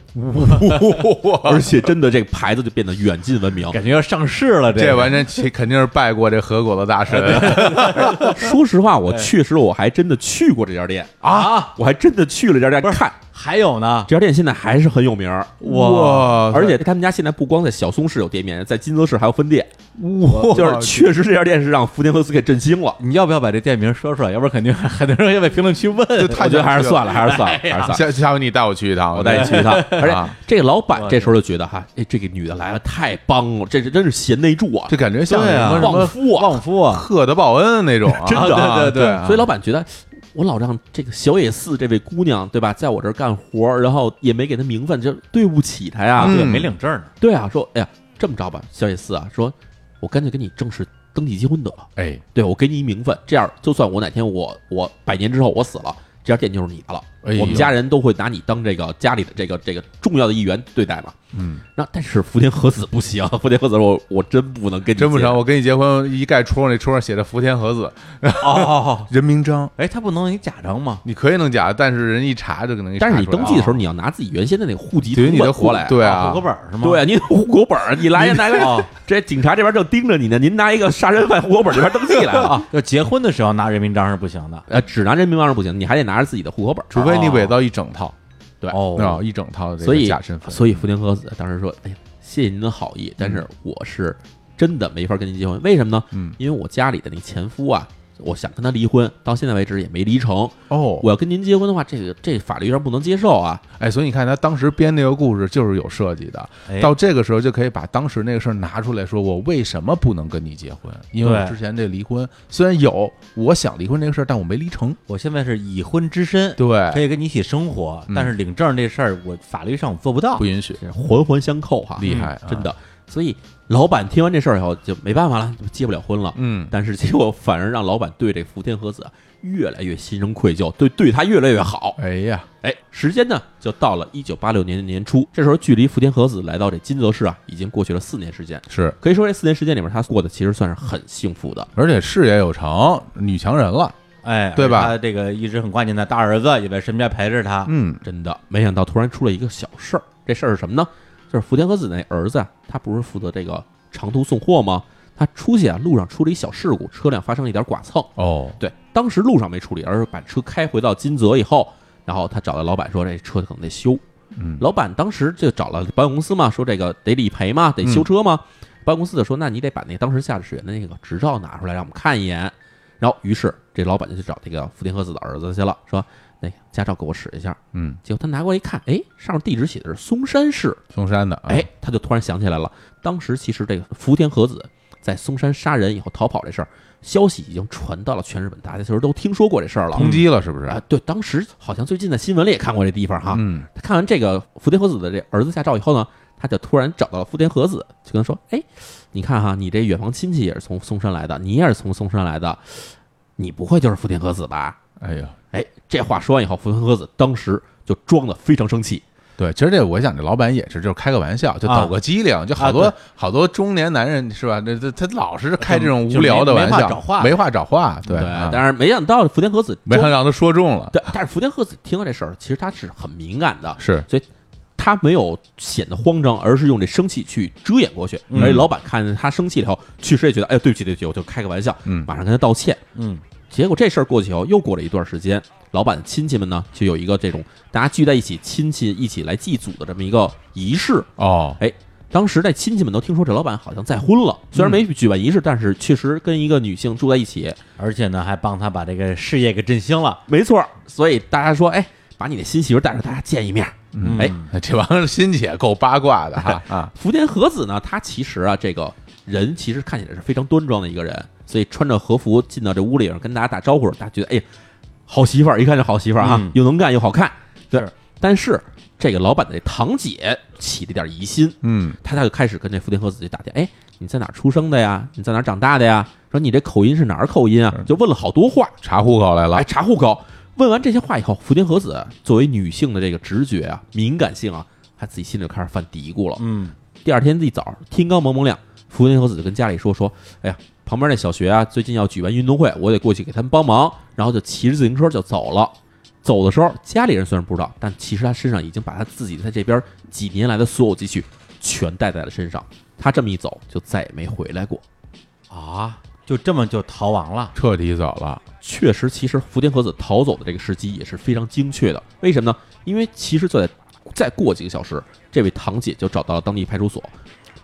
[SPEAKER 1] 而且真的这个牌子就变得远近闻 名。
[SPEAKER 2] 感觉要上市了，
[SPEAKER 3] 这
[SPEAKER 2] 个
[SPEAKER 3] 完全其肯定是拜过这合果的大神
[SPEAKER 1] 说实话，我确实我还真的去过这家店，
[SPEAKER 2] 啊！
[SPEAKER 1] 我还真的去了这家
[SPEAKER 2] 不
[SPEAKER 1] 店
[SPEAKER 2] 是
[SPEAKER 1] 看。
[SPEAKER 2] 还有呢，
[SPEAKER 1] 这家店现在还是很有名儿，
[SPEAKER 3] 哇
[SPEAKER 1] 而且他们家现在不光在小松市有店面，在金泽市还有分店，
[SPEAKER 3] 哇
[SPEAKER 1] 就是确实这家店是让福田和斯给振兴了。
[SPEAKER 2] 你要不要把这店名说出来？要不然肯定很多人要在评论区问。
[SPEAKER 1] 我觉得还是算了，还是算了，还 是算了。
[SPEAKER 3] 啊下下回你带我去一趟，
[SPEAKER 1] 我带你 去一趟，而且
[SPEAKER 3] 啊
[SPEAKER 1] 这个老板这时候就觉得哈，哎，这个女的来了太帮了，这是真是贤内助啊
[SPEAKER 3] 这，感觉像
[SPEAKER 2] 对啊
[SPEAKER 3] 什么什
[SPEAKER 1] 旺
[SPEAKER 3] 么
[SPEAKER 1] 夫啊！
[SPEAKER 2] 旺夫啊，
[SPEAKER 3] 赫德报恩那种啊，
[SPEAKER 2] 真的
[SPEAKER 3] 啊
[SPEAKER 2] 对对对
[SPEAKER 3] 啊
[SPEAKER 1] 所以老板觉得，我老让这个小野寺这位姑娘，对吧，在我这儿干活儿，然后也没给她名分，就对不起她呀。
[SPEAKER 3] 嗯
[SPEAKER 2] 对，没领证呢。
[SPEAKER 1] 对啊，说，哎呀，这么着吧，小野寺啊，说我干脆跟你正式登记结婚得了。
[SPEAKER 3] 哎，
[SPEAKER 1] 对我给你一名分，这样就算我哪天我我百年之后我死了，这家店就是你的了。
[SPEAKER 3] 哎呦
[SPEAKER 1] 我们家人都会拿你当这个家里的这个这个重要的一员对待嘛。
[SPEAKER 3] 嗯，
[SPEAKER 1] 那但是福田和子不行，福田和子说我我真不能跟你
[SPEAKER 3] 真不
[SPEAKER 1] 结
[SPEAKER 3] 成，我跟你结婚一盖戳那戳上写着福田和子
[SPEAKER 2] 哦哦哦，
[SPEAKER 3] 人名章，
[SPEAKER 2] 哎，他不能你假证吗？
[SPEAKER 3] 你可以弄假，但是人一查就可能给查
[SPEAKER 1] 但
[SPEAKER 3] 出来。
[SPEAKER 1] 是你登记的时候，
[SPEAKER 3] 啊
[SPEAKER 1] 你要拿自己原先的那个户籍
[SPEAKER 3] 对于
[SPEAKER 1] 成
[SPEAKER 3] 你的
[SPEAKER 1] 本
[SPEAKER 3] 户
[SPEAKER 1] 过来，
[SPEAKER 3] 对哦啊
[SPEAKER 2] 啊，户口本儿是吗？
[SPEAKER 1] 对，您户口本儿，你来拿个，这警察这边正盯着你呢，您拿一个杀人犯户口本儿这边登记来 了啊，
[SPEAKER 2] 要结婚的时候拿人民章是不行的。
[SPEAKER 1] 呃，只拿人民证是不行，你还得拿着自己的户口本儿。
[SPEAKER 3] 除非你伪造一整套，
[SPEAKER 1] 对
[SPEAKER 3] 啊，
[SPEAKER 2] 哦，
[SPEAKER 3] 一整套的这
[SPEAKER 1] 所
[SPEAKER 3] 个
[SPEAKER 1] 以
[SPEAKER 3] 假身份，嗯
[SPEAKER 1] 所以福田和子当时说：“哎呀，谢谢您的好意，但是我是真的没法跟您结婚，为什么呢？
[SPEAKER 3] 嗯
[SPEAKER 1] 因为我家里的那前夫啊，我想跟他离婚，到现在为止也没离成。
[SPEAKER 3] 哦，
[SPEAKER 1] 我要跟您结婚的话，这个这法律有点不能接受啊。
[SPEAKER 3] 哎，所以你看他当时编那个故事就是有设计的，
[SPEAKER 2] 哎
[SPEAKER 3] 到这个时候就可以把当时那个事儿拿出来说，我为什么不能跟你结婚？因为我
[SPEAKER 2] 对
[SPEAKER 3] 之前这离婚虽然有我想离婚这个事儿，但我没离成。哎
[SPEAKER 2] 我现在是已婚之身，可
[SPEAKER 3] 对，
[SPEAKER 2] 以跟你一起生活，
[SPEAKER 3] 嗯
[SPEAKER 2] 但是领证这事儿我法律上我做不到
[SPEAKER 3] 不。允许，
[SPEAKER 1] 这环环相扣哈，
[SPEAKER 3] 厉害，啊
[SPEAKER 1] 真，的。所以老板听完这事儿以后就没办法了，就结不了婚了。
[SPEAKER 3] 嗯，
[SPEAKER 1] 但是结果反而让老板对这福田和子啊越来越心生愧疚，对对他越来越好。
[SPEAKER 3] 哎呀，
[SPEAKER 1] 哎，时间呢就到了一九八六年的年初，这时候距离福田和子来到这金泽市啊，已经过去了四年时间。
[SPEAKER 3] 是，
[SPEAKER 1] 可以说这四年时间里面，他过得其实算是很幸福的。
[SPEAKER 3] 而且事业有成，女强人了，
[SPEAKER 2] 哎，
[SPEAKER 3] 对吧
[SPEAKER 2] 而且他这个一直很挂念他大儿子，也在身边陪着他。
[SPEAKER 3] 嗯，
[SPEAKER 1] 真的，没想到突然出了一个小事儿，这事儿是什么呢？就是福田和子那儿子啊，他不是负责这个长途送货吗？他出去啊，路上出了一小事故，车辆发生了一点剐蹭。
[SPEAKER 3] 哦，
[SPEAKER 1] 对，当时路上没处理，而是把车开回到金泽以后，然后他找到老板说这哎车可能得修。
[SPEAKER 3] 嗯，
[SPEAKER 1] 老板当时就找了保险公司嘛，说这个得理赔嘛，得修车嘛。保险公司就说，那你得把那当时驾驶员的那个执照拿出来，让我们看一眼。然后，于是这老板就去找这个福田和子的儿子去了，说那个驾照给我使一下。
[SPEAKER 3] 嗯，
[SPEAKER 1] 结果他拿过来一看，哎，上面地址写的是松山市，
[SPEAKER 3] 嵩山的，啊
[SPEAKER 1] 哎哎，，他就突然想起来了，当时其实这个福田和子在嵩山杀人以后逃跑这事儿，消息已经传到了全日本，大家其实都听说过这事儿了。
[SPEAKER 3] 通缉了是不是？
[SPEAKER 1] 啊，对，当时好像最近在新闻里也看过这地方哈。
[SPEAKER 3] 嗯，
[SPEAKER 1] 他看完这个福田和子的这儿子下诏以后呢，他就突然找到了福田和子，就跟他说：“哎，你看哈，你这远房亲戚也是从嵩山来的，你也是从嵩山来的，哎你不会就是福田和子吧
[SPEAKER 3] 哎呀，？”
[SPEAKER 1] 哎，这话说完以后，福田和子当时就装的非常生气，
[SPEAKER 3] 对，其实这我想，这老板也是，就是开个玩笑，就
[SPEAKER 2] 啊
[SPEAKER 3] 抖个机灵，就好多、
[SPEAKER 2] 啊
[SPEAKER 3] 好多中年男人是吧？这这他老是开这种
[SPEAKER 2] 就
[SPEAKER 3] 无聊的
[SPEAKER 2] 没
[SPEAKER 3] 玩
[SPEAKER 2] 没
[SPEAKER 3] 笑，
[SPEAKER 2] 话找话
[SPEAKER 3] 没话找话，对，啊
[SPEAKER 1] 但是没想到福田和子
[SPEAKER 3] 没
[SPEAKER 1] 装
[SPEAKER 3] 想让他说中了，
[SPEAKER 1] 对，但是福田和子听到这事儿，其实他是很敏感的，
[SPEAKER 3] 是
[SPEAKER 1] 他没有显得慌张，而是用这生气去遮掩过去。
[SPEAKER 2] 嗯
[SPEAKER 1] 而且老板看见他生气了以后，确实也觉得，哎，对不起，对不起，我就开个玩笑，
[SPEAKER 3] 嗯
[SPEAKER 1] 马上跟他道歉。
[SPEAKER 2] 嗯
[SPEAKER 1] 结果这事儿过去以后，又过了一段时间，老板亲戚们呢就有一个这种大家聚在一起，亲戚一起来祭祖的这么一个仪式。哎
[SPEAKER 3] 哦，
[SPEAKER 1] 当时这亲戚们都听说这老板好像再婚了，虽然没举办仪式，但是确实跟一个女性住在一起，
[SPEAKER 2] 而且呢，还帮他把这个事业给振兴了。
[SPEAKER 1] 没错儿。所以大家说，哎，把你的新媳妇带上，大家见一面。
[SPEAKER 2] 嗯
[SPEAKER 1] 哎
[SPEAKER 3] 这玩意儿心姐够八卦的哈啊，
[SPEAKER 1] 福田和子呢，她其实啊，这个人其实看起来是非常端庄的一个人，所以穿着和服进到这屋里，跟大家打招呼，大家觉得哎，好媳妇儿，一看就好媳妇儿啊，
[SPEAKER 2] 嗯
[SPEAKER 1] 又能干又好看。对
[SPEAKER 2] 是，
[SPEAKER 1] 但是这个老板的这堂姐起了点疑心，
[SPEAKER 3] 嗯，
[SPEAKER 1] 他就开始跟这福田和子就打听，哎，你在哪儿出生的呀？你在哪儿长大的呀？说你这口音是哪儿口音啊？就问了好多话，
[SPEAKER 3] 查户口来了
[SPEAKER 1] 来，查户口。问完这些话以后，福田和子作为女性的这个直觉啊、敏感性啊，她自己心里就开始犯嘀咕了。
[SPEAKER 2] 嗯
[SPEAKER 1] 第二天一早，天刚蒙蒙亮，福原和子就跟家里说说：“哎呀，旁边那小学啊，最近要举办运动会，我得过去给他们帮忙。”然后就骑着自行车就走了。走的时候，家里人虽然不知道，但其实他身上已经把他自己在这边几年来的所有积蓄全带在了身上。他这么一走，就再也没回来过。
[SPEAKER 2] 啊，就这么就逃亡了。
[SPEAKER 3] 彻底走了，
[SPEAKER 1] 确实，其实福田和子逃走的这个时机也是非常精确的。为什么呢？因为其实就在再过几个小时，这位堂姐就找到了当地派出所，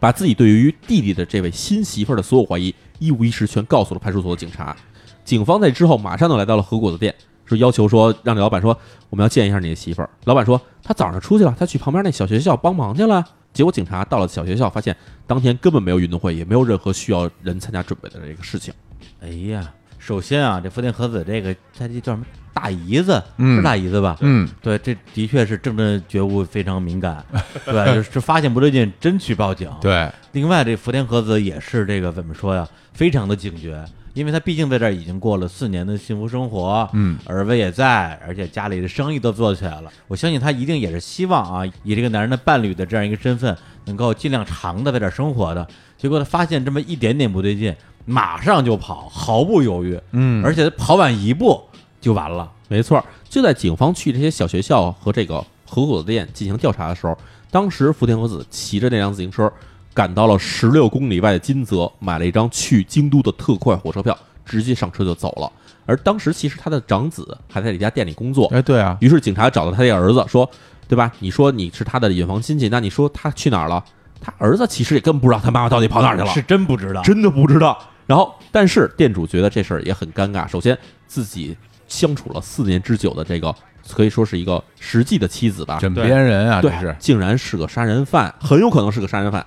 [SPEAKER 1] 把自己对于弟弟的这位新媳妇儿的所有怀疑一五一十全告诉了派出所的警察。警方在之后马上就来到了和果子店，说要求说让这老板说我们要见一下你的媳妇儿。老板说他早上出去了，他去旁边那小学校帮忙去了。结果警察到了小学校，发现当天根本没有运动会，也没有任何需要人参加准备的这个事情。
[SPEAKER 2] 哎呀，首先啊，这福田和子这个他这叫什么大姨子，
[SPEAKER 3] 嗯
[SPEAKER 2] 是大姨子吧？
[SPEAKER 3] 嗯，
[SPEAKER 2] 对，这的确是政治觉悟非常敏感，对，就是发现不对劲，真去报警。，
[SPEAKER 3] 对，
[SPEAKER 2] 另外这福田和子也是这个怎么说呀，非常的警觉，因为他毕竟在这儿已经过了四年的幸福生活，
[SPEAKER 3] 嗯，
[SPEAKER 2] 儿子也在，而且家里的生意都做起来了，我相信他一定也是希望啊，以这个男人的伴侣的这样一个身份，能够尽量长的在这儿生活的。结果他发现这么一点点不对劲，马上就跑，毫不犹豫，
[SPEAKER 3] 嗯，
[SPEAKER 2] 而且他跑晚一步就完了。
[SPEAKER 1] 没错儿，就在警方去这些小学校和这个合伙店进行调查的时候，当时福田和子骑着那辆自行车赶到了十六公里外的金泽，买了一张去京都的特快火车票，直接上车就走了。而当时其实他的长子还在这家店里工作，
[SPEAKER 3] 哎，对啊，
[SPEAKER 1] 于是警察找到他的儿子说：“对吧？你说你是他的远房亲戚，那你说他去哪儿了？”他儿子其实也根本不知道他妈妈到底跑哪儿去了，
[SPEAKER 2] 是真不知道。
[SPEAKER 1] 真的不知道。然后，但是店主觉得这事儿也很尴尬。首先，自己相处了四年之久的这个，可以说是一个实际的妻子吧，
[SPEAKER 3] 枕
[SPEAKER 2] 对
[SPEAKER 3] 边人啊，这
[SPEAKER 1] 对
[SPEAKER 3] 是，
[SPEAKER 1] 竟然是个杀人犯，很有可能是个杀人犯，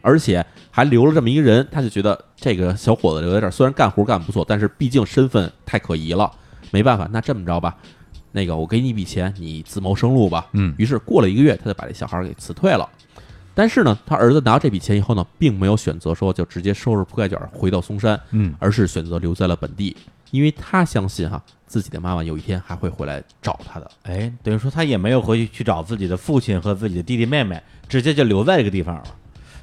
[SPEAKER 1] 而且还留了这么一个人，他就觉得这个小伙子留在这儿，虽然干活干得不错，但是毕竟身份太可疑了，没办法，那这么着吧，那个我给你一笔钱，你自谋生路吧。
[SPEAKER 3] 嗯
[SPEAKER 1] 于是过了一个月，他就把这小孩给辞退了。但是呢，他儿子拿到这笔钱以后呢，并没有选择说就直接收拾铺盖卷儿回到嵩山，
[SPEAKER 3] 嗯，
[SPEAKER 1] 而是选择留在了本地，因为他相信哈、自己的妈妈有一天还会回来找他的。
[SPEAKER 2] 哎，等于说他也没有回去去找自己的父亲和自己的弟弟妹妹，直接就留在这个地方了。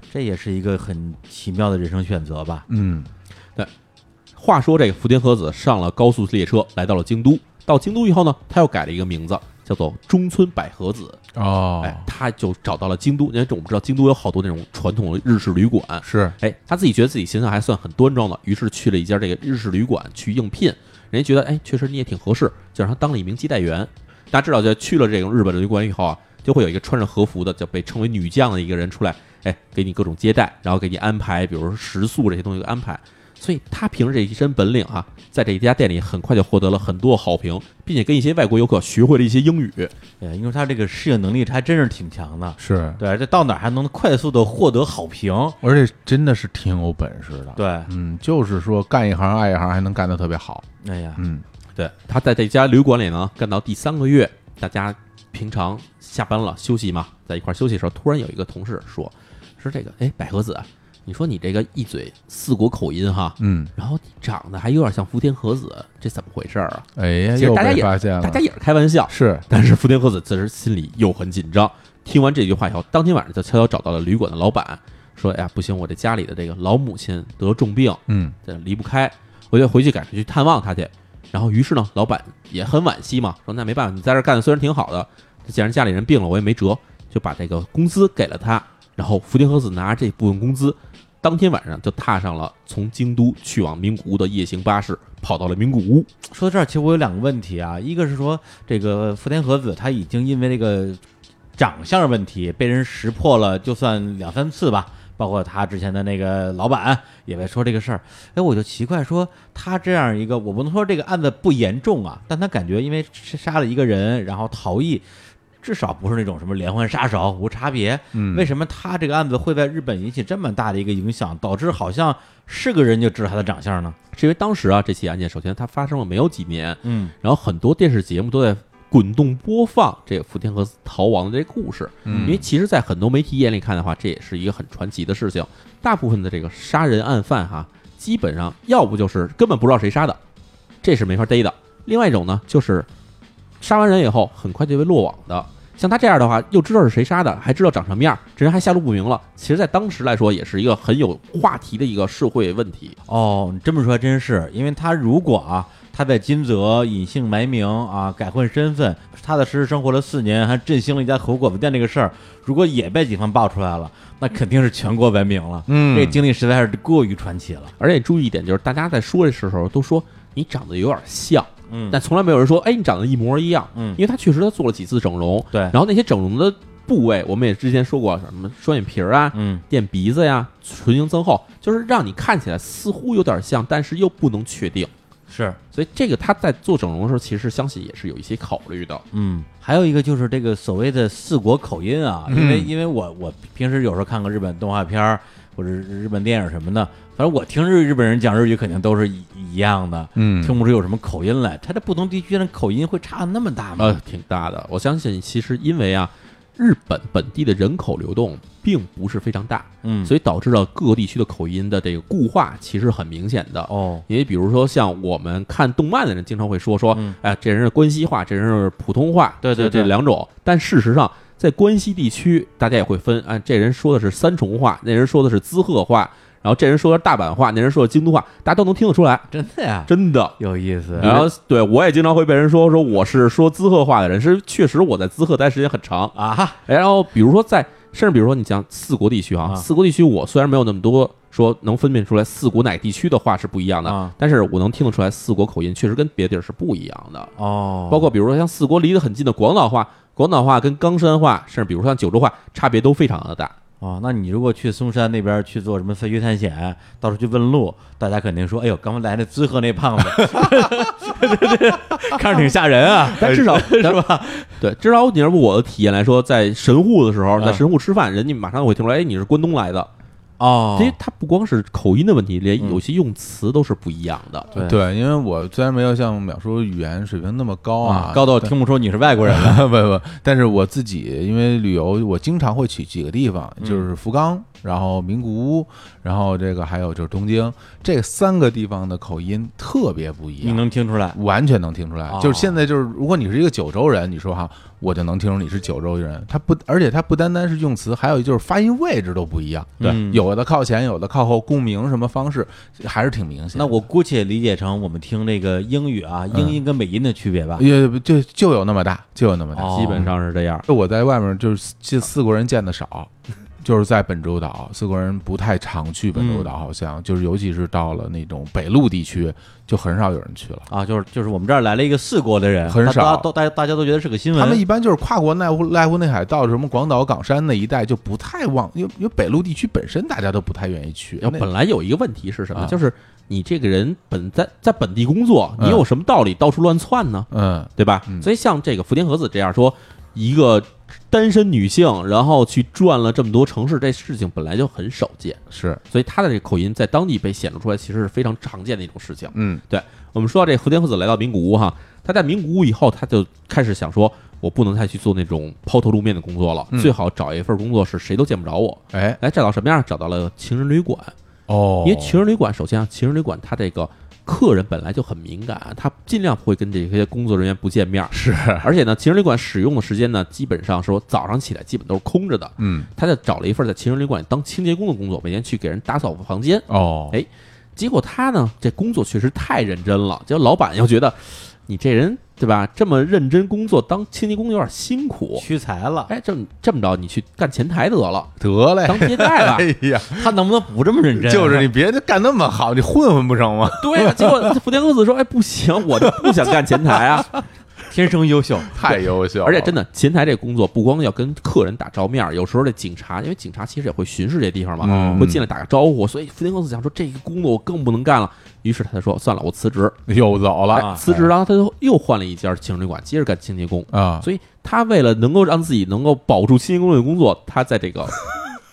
[SPEAKER 2] 这也是一个很奇妙的人生选择吧？
[SPEAKER 3] 嗯，
[SPEAKER 1] 话说这个福田和子上了高速列车，来到了京都。到京都以后呢，他又改了一个名字，叫做中村百合子。
[SPEAKER 3] 哦，
[SPEAKER 1] 哎，他就找到了京都，因为这我们知道京都有好多那种传统的日式旅馆。
[SPEAKER 3] 是，
[SPEAKER 1] 哎，他自己觉得自己形象还算很端庄的，于是去了一家这个日式旅馆去应聘。人家觉得，哎，确实你也挺合适，就让他当了一名接待员。大家知道，就去了这种日本的旅馆以后啊，就会有一个穿着和服的，就被称为女将的一个人出来，哎，给你各种接待，然后给你安排，比如说食宿这些东西的安排。所以他凭着这一身本领啊，在这家店里很快就获得了很多好评，并且跟一些外国游客学会了一些英语。
[SPEAKER 2] 对，哎因为他这个适应能力还真是挺强的。
[SPEAKER 3] 是，
[SPEAKER 2] 对，这到哪儿还能快速的获得好评？
[SPEAKER 3] 而且真的是挺有本事的。，
[SPEAKER 2] 对，
[SPEAKER 3] 嗯，就是说干一行爱一行，还能干得特别好。
[SPEAKER 2] 哎呀，
[SPEAKER 3] 嗯，
[SPEAKER 1] 对，他在这家旅馆里呢干到第三个月，大家平常下班了休息嘛，在一块儿休息的时候，突然有一个同事说：“说这个，哎，百合子，你说你这个一嘴四国口音哈，
[SPEAKER 3] 嗯，
[SPEAKER 1] 然后你长得还有点像福田和子，这怎么回事儿啊
[SPEAKER 3] 哎呀，
[SPEAKER 1] 其实
[SPEAKER 3] 又
[SPEAKER 1] 大家
[SPEAKER 3] 被
[SPEAKER 1] 也
[SPEAKER 3] 发现？”了
[SPEAKER 1] 大，家也是开玩笑，
[SPEAKER 3] 是，
[SPEAKER 1] 但是福田和子此时心里又很紧张。听完这句话以后，当天晚上就悄悄找到了旅馆的老板，说：“哎呀，不行，我这家里的这个老母亲得重病，
[SPEAKER 3] 嗯，
[SPEAKER 1] 这离不开，我就回去赶着去探望他去。然后于是呢，老板也很惋惜嘛，说那没办法，你在这儿干的虽然挺好的，既然家里人病了，我也没辙，就把这个工资给了他。然后福田和子拿这部分工资，当天晚上就踏上了从京都去往名古屋的夜行巴士，跑到了名古屋。
[SPEAKER 2] 说到这儿，其实我有两个问题啊，一个是说这个福田和子他已经因为这个长相问题被人识破了，就算两三次吧，包括他之前的那个老板也在说这个事儿。哎，我就奇怪说他这样一个，我不能说这个案子不严重啊，但他感觉因为杀了一个人，然后逃逸。至少不是那种什么连环杀手、无差别。
[SPEAKER 3] 嗯
[SPEAKER 2] 为什么他这个案子会在日本引起这么大的一个影响，导致好像是个人就知道他的长相呢？
[SPEAKER 1] 是因为当时啊，这起案件首先它发生了没有几年，
[SPEAKER 2] 嗯，
[SPEAKER 1] 然后很多电视节目都在滚动播放这个福田和逃亡的这个故事，
[SPEAKER 3] 嗯
[SPEAKER 1] 因为其实，在很多媒体眼里看的话，这也是一个很传奇的事情。大部分的这个杀人案犯哈，基本上要不就是根本不知道谁杀的，这是没法逮的；另外一种呢，就是杀完人以后很快就被落网的。像他这样的话，又知道是谁杀的，还知道长什么样，这人还下落不明了。其实，在当时来说，也是一个很有话题的一个社会问题。
[SPEAKER 2] 哦，你这么说还真是，因为他如果啊，他在金泽隐姓埋名啊，改换身份，踏踏实实生活了四年，还振兴了一家火锅子店这个事儿，如果也被警方爆出来了，那肯定是全国闻名了。
[SPEAKER 3] 嗯
[SPEAKER 2] 这个经历实在是过于传奇了。
[SPEAKER 1] 而且注意一点，就是大家在说的时候都说你长得有点像，
[SPEAKER 2] 嗯
[SPEAKER 1] 但从来没有人说，哎，你长得一模一样。
[SPEAKER 2] 嗯
[SPEAKER 1] 因为他确实他做了几次整容，
[SPEAKER 2] 对
[SPEAKER 1] 然后那些整容的部位，我们也之前说过，啊什么双眼皮儿啊、
[SPEAKER 2] 嗯，
[SPEAKER 1] 垫鼻子呀、唇形增厚，就是让你看起来似乎有点像，但是又不能确定。
[SPEAKER 2] 是，
[SPEAKER 1] 所以这个他在做整容的时候，其实相信也是有一些考虑的。
[SPEAKER 2] 嗯，还有一个就是这个所谓的四国口音啊，因为因为我我平时有时候看过日本动画片儿或者日本电影什么的，反正我听日日本人讲日语肯定都是一一样的，
[SPEAKER 3] 嗯
[SPEAKER 2] 听不出有什么口音来。他这不同地区的口音会差那么大吗？
[SPEAKER 1] 呃，挺大的。我相信，其实因为啊，日本本地的人口流动并不是非常大，
[SPEAKER 2] 嗯，
[SPEAKER 1] 所以导致了各地区的口音的这个固化其实很明显的。
[SPEAKER 2] 哦，
[SPEAKER 1] 因为比如说像我们看动漫的人，经常会说说，
[SPEAKER 2] 嗯
[SPEAKER 1] 哎，这人是关西话，这人是普通话，
[SPEAKER 2] 对对
[SPEAKER 1] 就
[SPEAKER 2] 对
[SPEAKER 1] 这两种。但事实上，在关西地区，大家也会分，啊，这人说的是三重话，那人说的是滋贺话，然后这人说的是大阪话，那人说的是京都话，大家都能听得出来，
[SPEAKER 2] 真的呀，
[SPEAKER 1] 真的。
[SPEAKER 2] 有意思。
[SPEAKER 1] 然后，对我也经常会被人说说我是说滋贺话的人，是确实我在滋贺待时间很长，
[SPEAKER 2] 啊，
[SPEAKER 1] 哎然后比如说在，甚至比如说你讲四国地区啊，
[SPEAKER 2] 啊
[SPEAKER 1] 四国地区我虽然没有那么多说能分辨出来四国哪地区的话是不一样的，
[SPEAKER 2] 啊
[SPEAKER 1] 但是我能听得出来四国口音确实跟别的地儿是不一样的。
[SPEAKER 2] 哦，
[SPEAKER 1] 包括比如说像四国离得很近的广岛话，广岛话跟冈山话，甚至比如说像九州话，差别都非常的大。
[SPEAKER 2] 哦，那你如果去嵩山那边去做什么废墟探险，到处去问路，大家肯定说，哎呦，刚来那滋贺那胖子， 看着挺吓人 啊。
[SPEAKER 1] 但至少 是吧？对，至少你要不我的体验来说，在神户的时候，
[SPEAKER 2] 嗯
[SPEAKER 1] 在神户吃饭，人家马上会听出来，哎，你是关东来的。
[SPEAKER 2] 哦
[SPEAKER 1] 其实它不光是口音的问题，连有些用词都是不一样的。
[SPEAKER 2] 对
[SPEAKER 3] 对，因为我虽然没有像淼叔语言水平那么高啊
[SPEAKER 2] 啊，，高到听不出你是外国人了。
[SPEAKER 3] 不不，但是我自己因为旅游，我经常会去几个地方，就是福冈，然后名古屋，然后这个还有就是东京，这三个地方的口音特别不一
[SPEAKER 2] 你
[SPEAKER 3] 样。
[SPEAKER 2] 能听出来？
[SPEAKER 3] 完全能听出来，
[SPEAKER 2] 哦
[SPEAKER 3] 就是现在就是，如果你是一个九州人，你说哈，我就能听出你是九州人。他不，而且他不单单是用词，还有就是发音位置都不一样。嗯
[SPEAKER 2] 对
[SPEAKER 3] 有的靠前，有的靠后，共鸣什么方式还是挺明显的。
[SPEAKER 2] 那我姑且理解成我们听这个英语啊，英音跟美音的区别吧。
[SPEAKER 3] 也就就有那么大，就有那么大。
[SPEAKER 2] 哦
[SPEAKER 1] 基本上是这样。
[SPEAKER 3] 就我在外面就是这四国人见的少，就是在本州岛，四国人不太常去本
[SPEAKER 2] 嗯
[SPEAKER 3] 州岛，好像、就是尤其是到了那种北陆地区，就很少有人去了。
[SPEAKER 2] 啊，就是就是我们这儿来了一个四国的人，
[SPEAKER 3] 很
[SPEAKER 2] 大
[SPEAKER 3] 少
[SPEAKER 2] 大都大家大家都觉得是个
[SPEAKER 1] 哎
[SPEAKER 2] 新闻。
[SPEAKER 3] 他们一般就是跨国濑户濑户内海到什么广岛、冈山那一带就不太往，因为因为北陆地区本身大家都不太愿意去。
[SPEAKER 1] 然后
[SPEAKER 3] 那
[SPEAKER 1] 本来有一个问题是什么？
[SPEAKER 3] 啊
[SPEAKER 1] 就是你这个人本在在本地工作，
[SPEAKER 3] 嗯
[SPEAKER 1] 你有什么道理到处乱窜呢？
[SPEAKER 3] 嗯
[SPEAKER 1] 对吧？
[SPEAKER 3] 嗯
[SPEAKER 1] 所以像这个福田和子这样说，一个单身女性，然后去转了这么多城市，这事情本来就很少见，
[SPEAKER 3] 是
[SPEAKER 1] 所以她的这口音在当地被显露出来，其实是非常常见的一种事情。
[SPEAKER 3] 嗯
[SPEAKER 1] 我们说到这福田和子来到名古屋哈，他在名古屋以后，他就开始想说，我不能再去做那种抛头露面的工作了，
[SPEAKER 3] 嗯
[SPEAKER 1] 最好找一份工作是谁都见不着我。
[SPEAKER 3] 哎
[SPEAKER 1] 哎，找到什么样？找到了情人旅馆，
[SPEAKER 3] 哦，
[SPEAKER 1] 因为 情人旅馆，首先啊，情人旅馆它这个客人本来就很敏感，他尽量不会跟这些工作人员不见面儿。
[SPEAKER 3] 是
[SPEAKER 1] 而且呢，情人旅馆使用的时间呢，基本上说早上起来基本都是空着的。
[SPEAKER 3] 嗯
[SPEAKER 1] 他就找了一份在情人旅馆当清洁工的工作，每天去给人打扫房间。
[SPEAKER 3] 哦
[SPEAKER 1] 哎结果他呢，这工作确实太认真了，结果老板又觉得你这人对吧，这么认真工作当清洁工有点辛苦。
[SPEAKER 2] 屈才了，
[SPEAKER 1] 哎，这么这么着，你去干前台得了，
[SPEAKER 3] 得嘞，
[SPEAKER 1] 当接待吧
[SPEAKER 3] 哎。呀，
[SPEAKER 2] 他能不能不这么认真？啊
[SPEAKER 3] 就是你别干那么好，你混混不成吗？
[SPEAKER 1] 对啊，结果福田公子说：“哎，不行，我就不想干前台啊。
[SPEAKER 2] 天生优秀，
[SPEAKER 3] 太优秀了，
[SPEAKER 1] 而且真
[SPEAKER 3] 的
[SPEAKER 1] 的，前台这工作不光要跟客人打照面儿，有时候这警察，因为警察其实也会巡视这地方嘛，
[SPEAKER 3] 嗯
[SPEAKER 1] 会进来打个招呼。所以福田公司想说，这个工作我更不能干了，于是他就说：“算了，我辞职。
[SPEAKER 3] 又走了
[SPEAKER 2] 啊
[SPEAKER 1] 辞职，然后他就又换了一家情侣馆，接着干清洁工。
[SPEAKER 3] 啊，
[SPEAKER 1] 所以他为了能够让自己能够保住清洁工这个工作，他在这 个，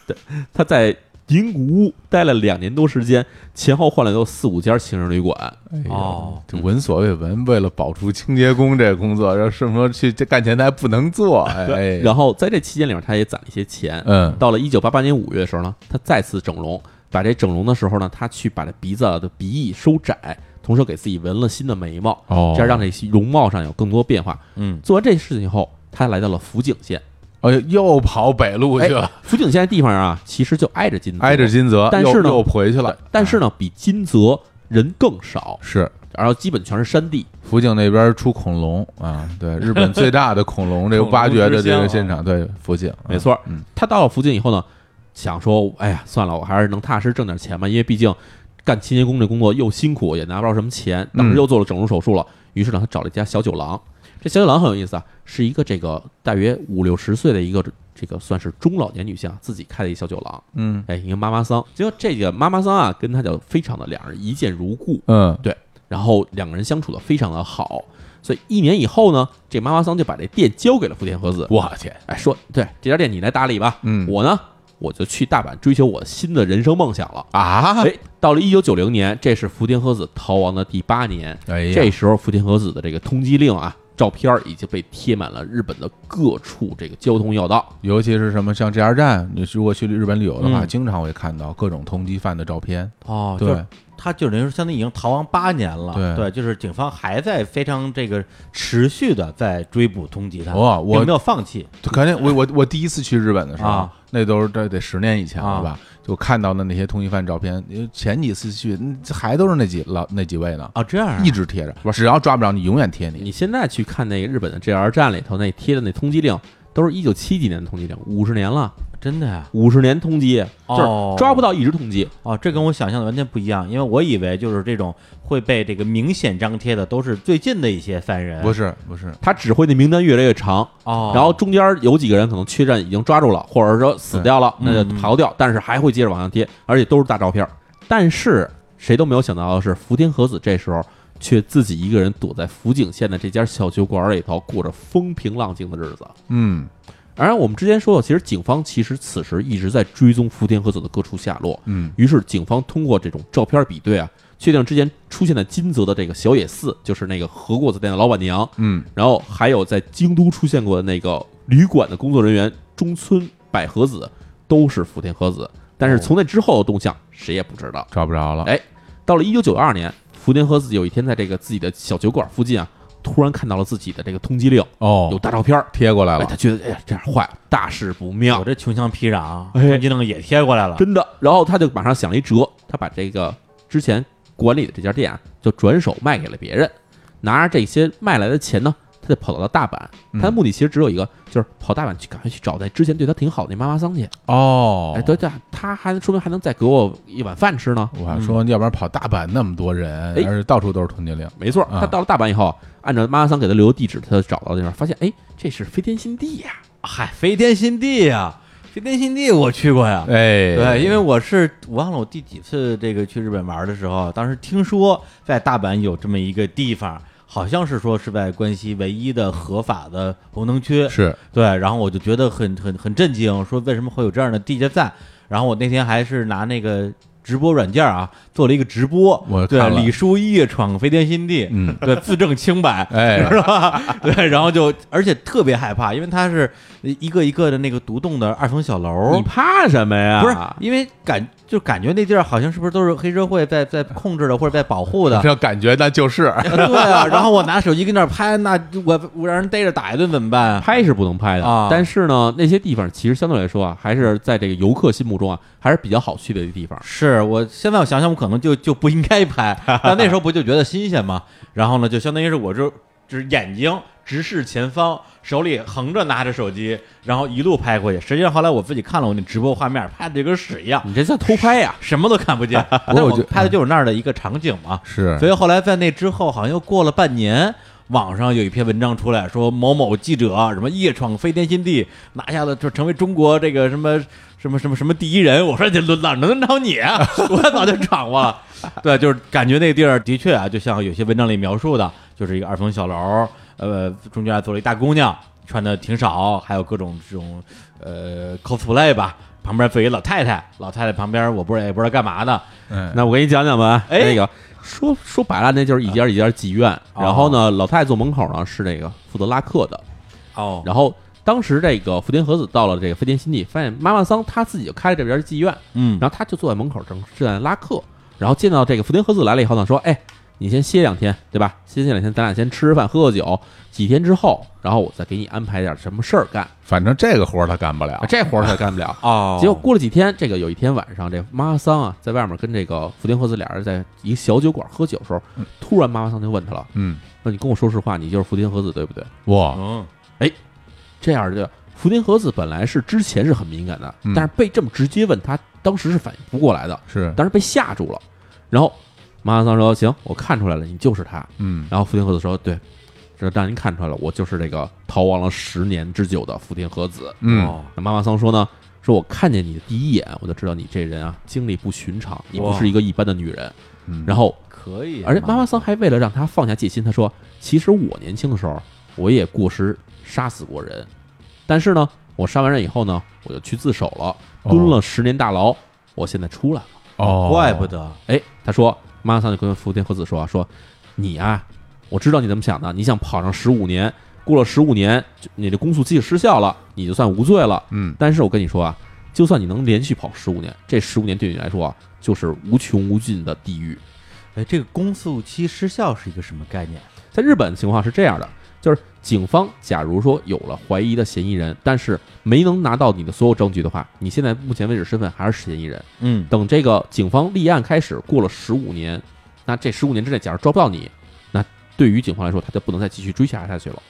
[SPEAKER 1] 对他在银谷屋待了两年多时间，前后换了有四五家情人旅馆。
[SPEAKER 3] 哎呦
[SPEAKER 2] 哦，
[SPEAKER 3] 这闻所未闻，为了保住清洁工这个工作，让顺说去这干前台不能做，哎，
[SPEAKER 1] 然后在这期间里面，他也攒了一些钱。
[SPEAKER 3] 嗯，
[SPEAKER 1] 到了一九八八年五月的时候呢，他再次整容。把这整容的时候呢，他去把这鼻子啊的鼻翼收窄，同时给自己纹了新的眉毛，
[SPEAKER 3] 哦
[SPEAKER 1] 这样让这容貌上有更多变化。
[SPEAKER 2] 嗯，
[SPEAKER 1] 做完这事情以后，他来到了福井县。
[SPEAKER 3] 哎呦又跑北路
[SPEAKER 1] 哎
[SPEAKER 3] 去了，
[SPEAKER 1] 福井县这地方啊，其实就挨着金
[SPEAKER 2] 嗯
[SPEAKER 1] 泽，
[SPEAKER 3] 挨着。金泽，
[SPEAKER 1] 但
[SPEAKER 3] 又
[SPEAKER 1] 是呢
[SPEAKER 3] 又回去了，
[SPEAKER 1] 但是呢，比金泽人更少，
[SPEAKER 3] 是
[SPEAKER 1] 然后基本全是山地。
[SPEAKER 3] 福井那边出恐龙啊，对， 日本最大的恐龙这个
[SPEAKER 2] 恐龙
[SPEAKER 3] 挖掘的这
[SPEAKER 2] 之乡
[SPEAKER 3] 个
[SPEAKER 2] 啊
[SPEAKER 3] 现场，对，福井，啊
[SPEAKER 1] 没，错儿，
[SPEAKER 3] 嗯
[SPEAKER 1] 他到了福建以后呢，想说，哎呀，算了，我还是能踏实挣点钱吧，因为毕竟干清洁工这工作又辛苦，也拿不着什么钱。当时
[SPEAKER 3] 嗯
[SPEAKER 1] 又做了整容手术了，于是呢，他找了一家小酒廊。这小酒廊很有意思啊，是一个这个大约五六十岁的一个这个算是中老年女性啊自己开的一小酒廊，
[SPEAKER 3] 嗯
[SPEAKER 1] 哎，一个妈妈桑。结果这个妈妈桑啊，跟他就非常的两人一见如故，
[SPEAKER 3] 嗯，
[SPEAKER 1] 然后两个人相处的非常的好。所以一年以后呢，这妈妈桑就把这店交给了福田和子，
[SPEAKER 3] 我天，
[SPEAKER 1] 哎，说对这家店你来打理吧，
[SPEAKER 3] 嗯
[SPEAKER 1] 我呢，我就去大阪追求我新的人生梦想了。
[SPEAKER 3] 啊，
[SPEAKER 1] 哎，到了一九九零年，这是福田和子逃亡的第八年。
[SPEAKER 3] 哎呀
[SPEAKER 1] 这时候，福田和子的这个通缉令啊，照片儿已经被贴满了日本的各处这个交通要道。
[SPEAKER 3] 尤其是什么像 JR 站，你如果去日本旅游的话，
[SPEAKER 2] 嗯
[SPEAKER 3] 经常会看到各种通缉犯的照片，
[SPEAKER 2] 哦，就
[SPEAKER 3] 对
[SPEAKER 2] 是，他就等于说相当于已经逃亡八年了，
[SPEAKER 3] 对
[SPEAKER 2] 就是警方还在非常这个持续的在追捕通缉他，
[SPEAKER 3] 哇我
[SPEAKER 2] 并没有放弃，
[SPEAKER 3] 就肯定我我 我第一次去日本的时候，
[SPEAKER 2] 啊
[SPEAKER 3] 那都是这得十年以前了
[SPEAKER 2] 啊
[SPEAKER 3] 吧，就看到的那些通缉犯照片，因为前几次去嗯还都是那几老那几位呢，
[SPEAKER 2] 哦，这样啊
[SPEAKER 3] 一直贴着，只要抓不着你，永远贴你。
[SPEAKER 1] 你现在去看那个日本的 JR 站里头那贴的那通缉令，都是一九七几年的通缉令，五十年了，
[SPEAKER 2] 真的呀，
[SPEAKER 1] 五十年通缉，就是
[SPEAKER 2] 哦
[SPEAKER 1] 抓不到一直通缉。
[SPEAKER 2] 哦，这跟我想象的完全不一样，因为我以为就是这种会被这个明显张贴的都是最近的一些犯人，
[SPEAKER 3] 不是不是，
[SPEAKER 1] 他指挥的名单越来越长，
[SPEAKER 2] 哦，
[SPEAKER 1] 然后中间有几个人可能缺阵已经抓住了，或者说死掉了，那
[SPEAKER 2] 对
[SPEAKER 1] 就逃掉，但是还会接着往上贴，而且都是大照片儿。但是谁都没有想到的是，福田和子这时候却自己一个人躲在福井县的这家小酒馆里头，过着风平浪静的日子。
[SPEAKER 3] 嗯，
[SPEAKER 1] 而我们之前说过，其实警方其实此时一直在追踪福田和子的各处下落。
[SPEAKER 3] 嗯，
[SPEAKER 1] 于是警方通过这种照片比对啊，确定之前出现在金泽的这个小野寺，就是那个和果子店的老板娘，
[SPEAKER 3] 嗯，
[SPEAKER 1] 然后还有在京都出现过的那个旅馆的工作人员中村百合子，都是福田和子。但是从那之后的动向，谁也不知道。
[SPEAKER 3] 抓不着了。
[SPEAKER 1] 哎到了一九九二年，福田和子有一天在这个自己的小酒馆附近啊，突然看到了自己的这个通缉令，
[SPEAKER 3] 哦，
[SPEAKER 1] 有大照片儿，
[SPEAKER 3] 贴过来
[SPEAKER 1] 哎，
[SPEAKER 3] 了
[SPEAKER 1] 他。觉得哎呀这样坏了，大事不妙
[SPEAKER 2] 我，这穷乡僻壤，
[SPEAKER 1] 哎
[SPEAKER 2] 通缉令也贴过来了，
[SPEAKER 1] 真的。然后他就马上想了一辙，他把这个之前管理的这家店啊，就转手卖给了别人，拿着这些卖来的钱呢，他他得跑到大阪。他的目的其实只有一个，就是跑大阪去，赶快去找那之前对他挺好的那妈妈桑去。
[SPEAKER 3] 哦
[SPEAKER 1] 哎，对对，他还说明还能再给我一碗饭吃呢。
[SPEAKER 3] 我还说，要不然跑大阪那么多人，
[SPEAKER 1] 哎
[SPEAKER 3] 而且到处都是通缉令，
[SPEAKER 1] 没错，
[SPEAKER 3] 啊
[SPEAKER 1] 他到了大阪以后，按照妈妈桑给他留的地址，他就找到那边，发现哎，这是飞天新地呀、
[SPEAKER 2] 嗨，飞天新地呀、飞天新地我去过呀。
[SPEAKER 3] 哎，
[SPEAKER 2] 对，因为我是我忘了我第几次这个去日本玩的时候，当时听说在大阪有这么一个地方，好像是说是在关西唯一的合法的红灯区。
[SPEAKER 3] 是
[SPEAKER 2] 对，然后我就觉得很很很震惊，说为什么会有这样的地界在？然后我那天还是拿那个直播软件啊做了一个直播，
[SPEAKER 3] 我
[SPEAKER 2] 对
[SPEAKER 3] 看了
[SPEAKER 2] 李书义闯飞天新地，
[SPEAKER 3] 嗯，
[SPEAKER 2] 对，自证清 白，
[SPEAKER 3] 哎
[SPEAKER 2] 是吧？ 对，然后就而且特别害怕，因为它是一个一个的那个独栋的二层小楼
[SPEAKER 1] 你。怕什么呀？
[SPEAKER 2] 哦不是，因为感就感觉那地儿好像是不是都是黑社会在在控制的或者在保护 的，
[SPEAKER 3] 这感觉那就是
[SPEAKER 2] 啊对啊。然后我拿手机跟那儿拍，那我我让人逮着打一顿怎么办啊？
[SPEAKER 1] 拍是不能拍的，
[SPEAKER 2] 啊
[SPEAKER 1] 但是呢，那些地方其实相对来说啊，还是在这个游客心目中啊，还是比较好去的一个地方。
[SPEAKER 2] 是我现在我想想，我可能就就不应该 拍，但那时候不就觉得新鲜吗？然后呢，就相当于是我就就是眼睛直视前方，手里横着拿着手机，然后一路拍过去。实际上后来我自己看了我那直播画面，拍的就跟屎一样，
[SPEAKER 1] 你这叫偷拍呀、
[SPEAKER 2] 什么都看不 见。但
[SPEAKER 3] 过
[SPEAKER 2] 我
[SPEAKER 3] 我觉得嗯
[SPEAKER 2] 拍的就是那儿的一个场景嘛。
[SPEAKER 3] 是
[SPEAKER 2] 所以后来在那之后，好像又过了半年，网上有一篇文章出来说某某记者什么夜闯飞天新地，拿下了就成为中国这个什么。 什么什么什么第一人？我 说这轮哪能轮到你啊？我早就闯过了。对，就是感觉那地儿的确啊，就像有些文章里描述的，就是一个二层小楼，呃，中间还坐了一大姑娘，穿的挺少，还有各种这种呃 cosplay 吧。旁边坐一老太太，老太太旁边我不知道也哎不知道干嘛的，
[SPEAKER 3] 嗯
[SPEAKER 1] 哎那我给你讲讲吧，
[SPEAKER 2] 哎
[SPEAKER 1] 那个啊说说白了，那就是一家一家妓院。
[SPEAKER 2] 哦
[SPEAKER 1] 然后呢，老太太坐门口呢是那个负责拉客的。
[SPEAKER 2] 哦
[SPEAKER 1] 然后当时这个福田和子到了这个飞田新地，发现妈妈桑她自己就开了这边妓院，
[SPEAKER 2] 嗯，
[SPEAKER 1] 然后她就坐在门口正正在拉客。然后见到这个福田和子来了以后呢，说：“哎，你先歇两天，对吧？歇歇两天，咱俩先吃吃饭，喝喝酒。几天之后，然后我再给你安排点什么事儿干。
[SPEAKER 3] 反正这个活儿他干不了
[SPEAKER 1] 啊，这活儿他干不了。
[SPEAKER 2] 哦，
[SPEAKER 1] 结果过了几天，这个有一天晚上，这妈妈桑啊，在外面跟这个福田和子俩人在一个小酒馆喝酒的时候，
[SPEAKER 2] 嗯
[SPEAKER 1] 突然妈妈桑就问他了
[SPEAKER 3] 嗯，：“
[SPEAKER 1] 那你跟我说实话，你就是福田和子对不对
[SPEAKER 3] 哇，
[SPEAKER 2] 嗯，？”
[SPEAKER 1] 这样就福田和子本来是之前是很敏感的
[SPEAKER 3] 嗯，
[SPEAKER 1] 但是被这么直接问，他当时是反应不过来的，
[SPEAKER 3] 是，
[SPEAKER 1] 当时被吓住了。然后妈妈桑说：“行，我看出来了，你就是他。”
[SPEAKER 3] 嗯，
[SPEAKER 1] 然后福田和子说：“对，这让您看出来了，我就是这个逃亡了十年之久的福田和子。”
[SPEAKER 3] 嗯
[SPEAKER 2] 哦
[SPEAKER 1] 那妈妈桑说呢，说我看见你的第一眼，我就知道你这人啊经历不寻常，你不
[SPEAKER 2] 哇哎
[SPEAKER 1] 是一个一般的女人。
[SPEAKER 3] 嗯
[SPEAKER 1] 然后，
[SPEAKER 2] 可以，
[SPEAKER 1] 而且妈妈桑还为了让他放下戒心，他说，其实我年轻的时候我也过失杀死过人，但是呢，我杀完人以后呢，我就去自首了，蹲了十年大牢，我现在出来了。
[SPEAKER 3] 哦，
[SPEAKER 2] 怪不得
[SPEAKER 1] 哎，他说，妈妈桑就跟福田和子说啊，说你啊，我知道你怎么想的，你想跑上十五年，过了十五年，就你的公诉期失效了，你就算无罪了。
[SPEAKER 3] 嗯，
[SPEAKER 1] 但是我跟你说啊，就算你能连续跑十五年，这十五年对你来说啊，就是无穷无尽的地狱。
[SPEAKER 2] 哎，这个公诉期失效是一个什么概念？
[SPEAKER 1] 在日本情况是这样的，就是警方假如说有了怀疑的嫌疑人，但是没能拿到你的所有证据的话，你现在目前为止身份还是嫌疑人。
[SPEAKER 2] 嗯，
[SPEAKER 1] 等这个警方立案开始，过了十五年，那这十五年之内，假如抓不到你，那对于警方来说，他就不能再继续追查下去了。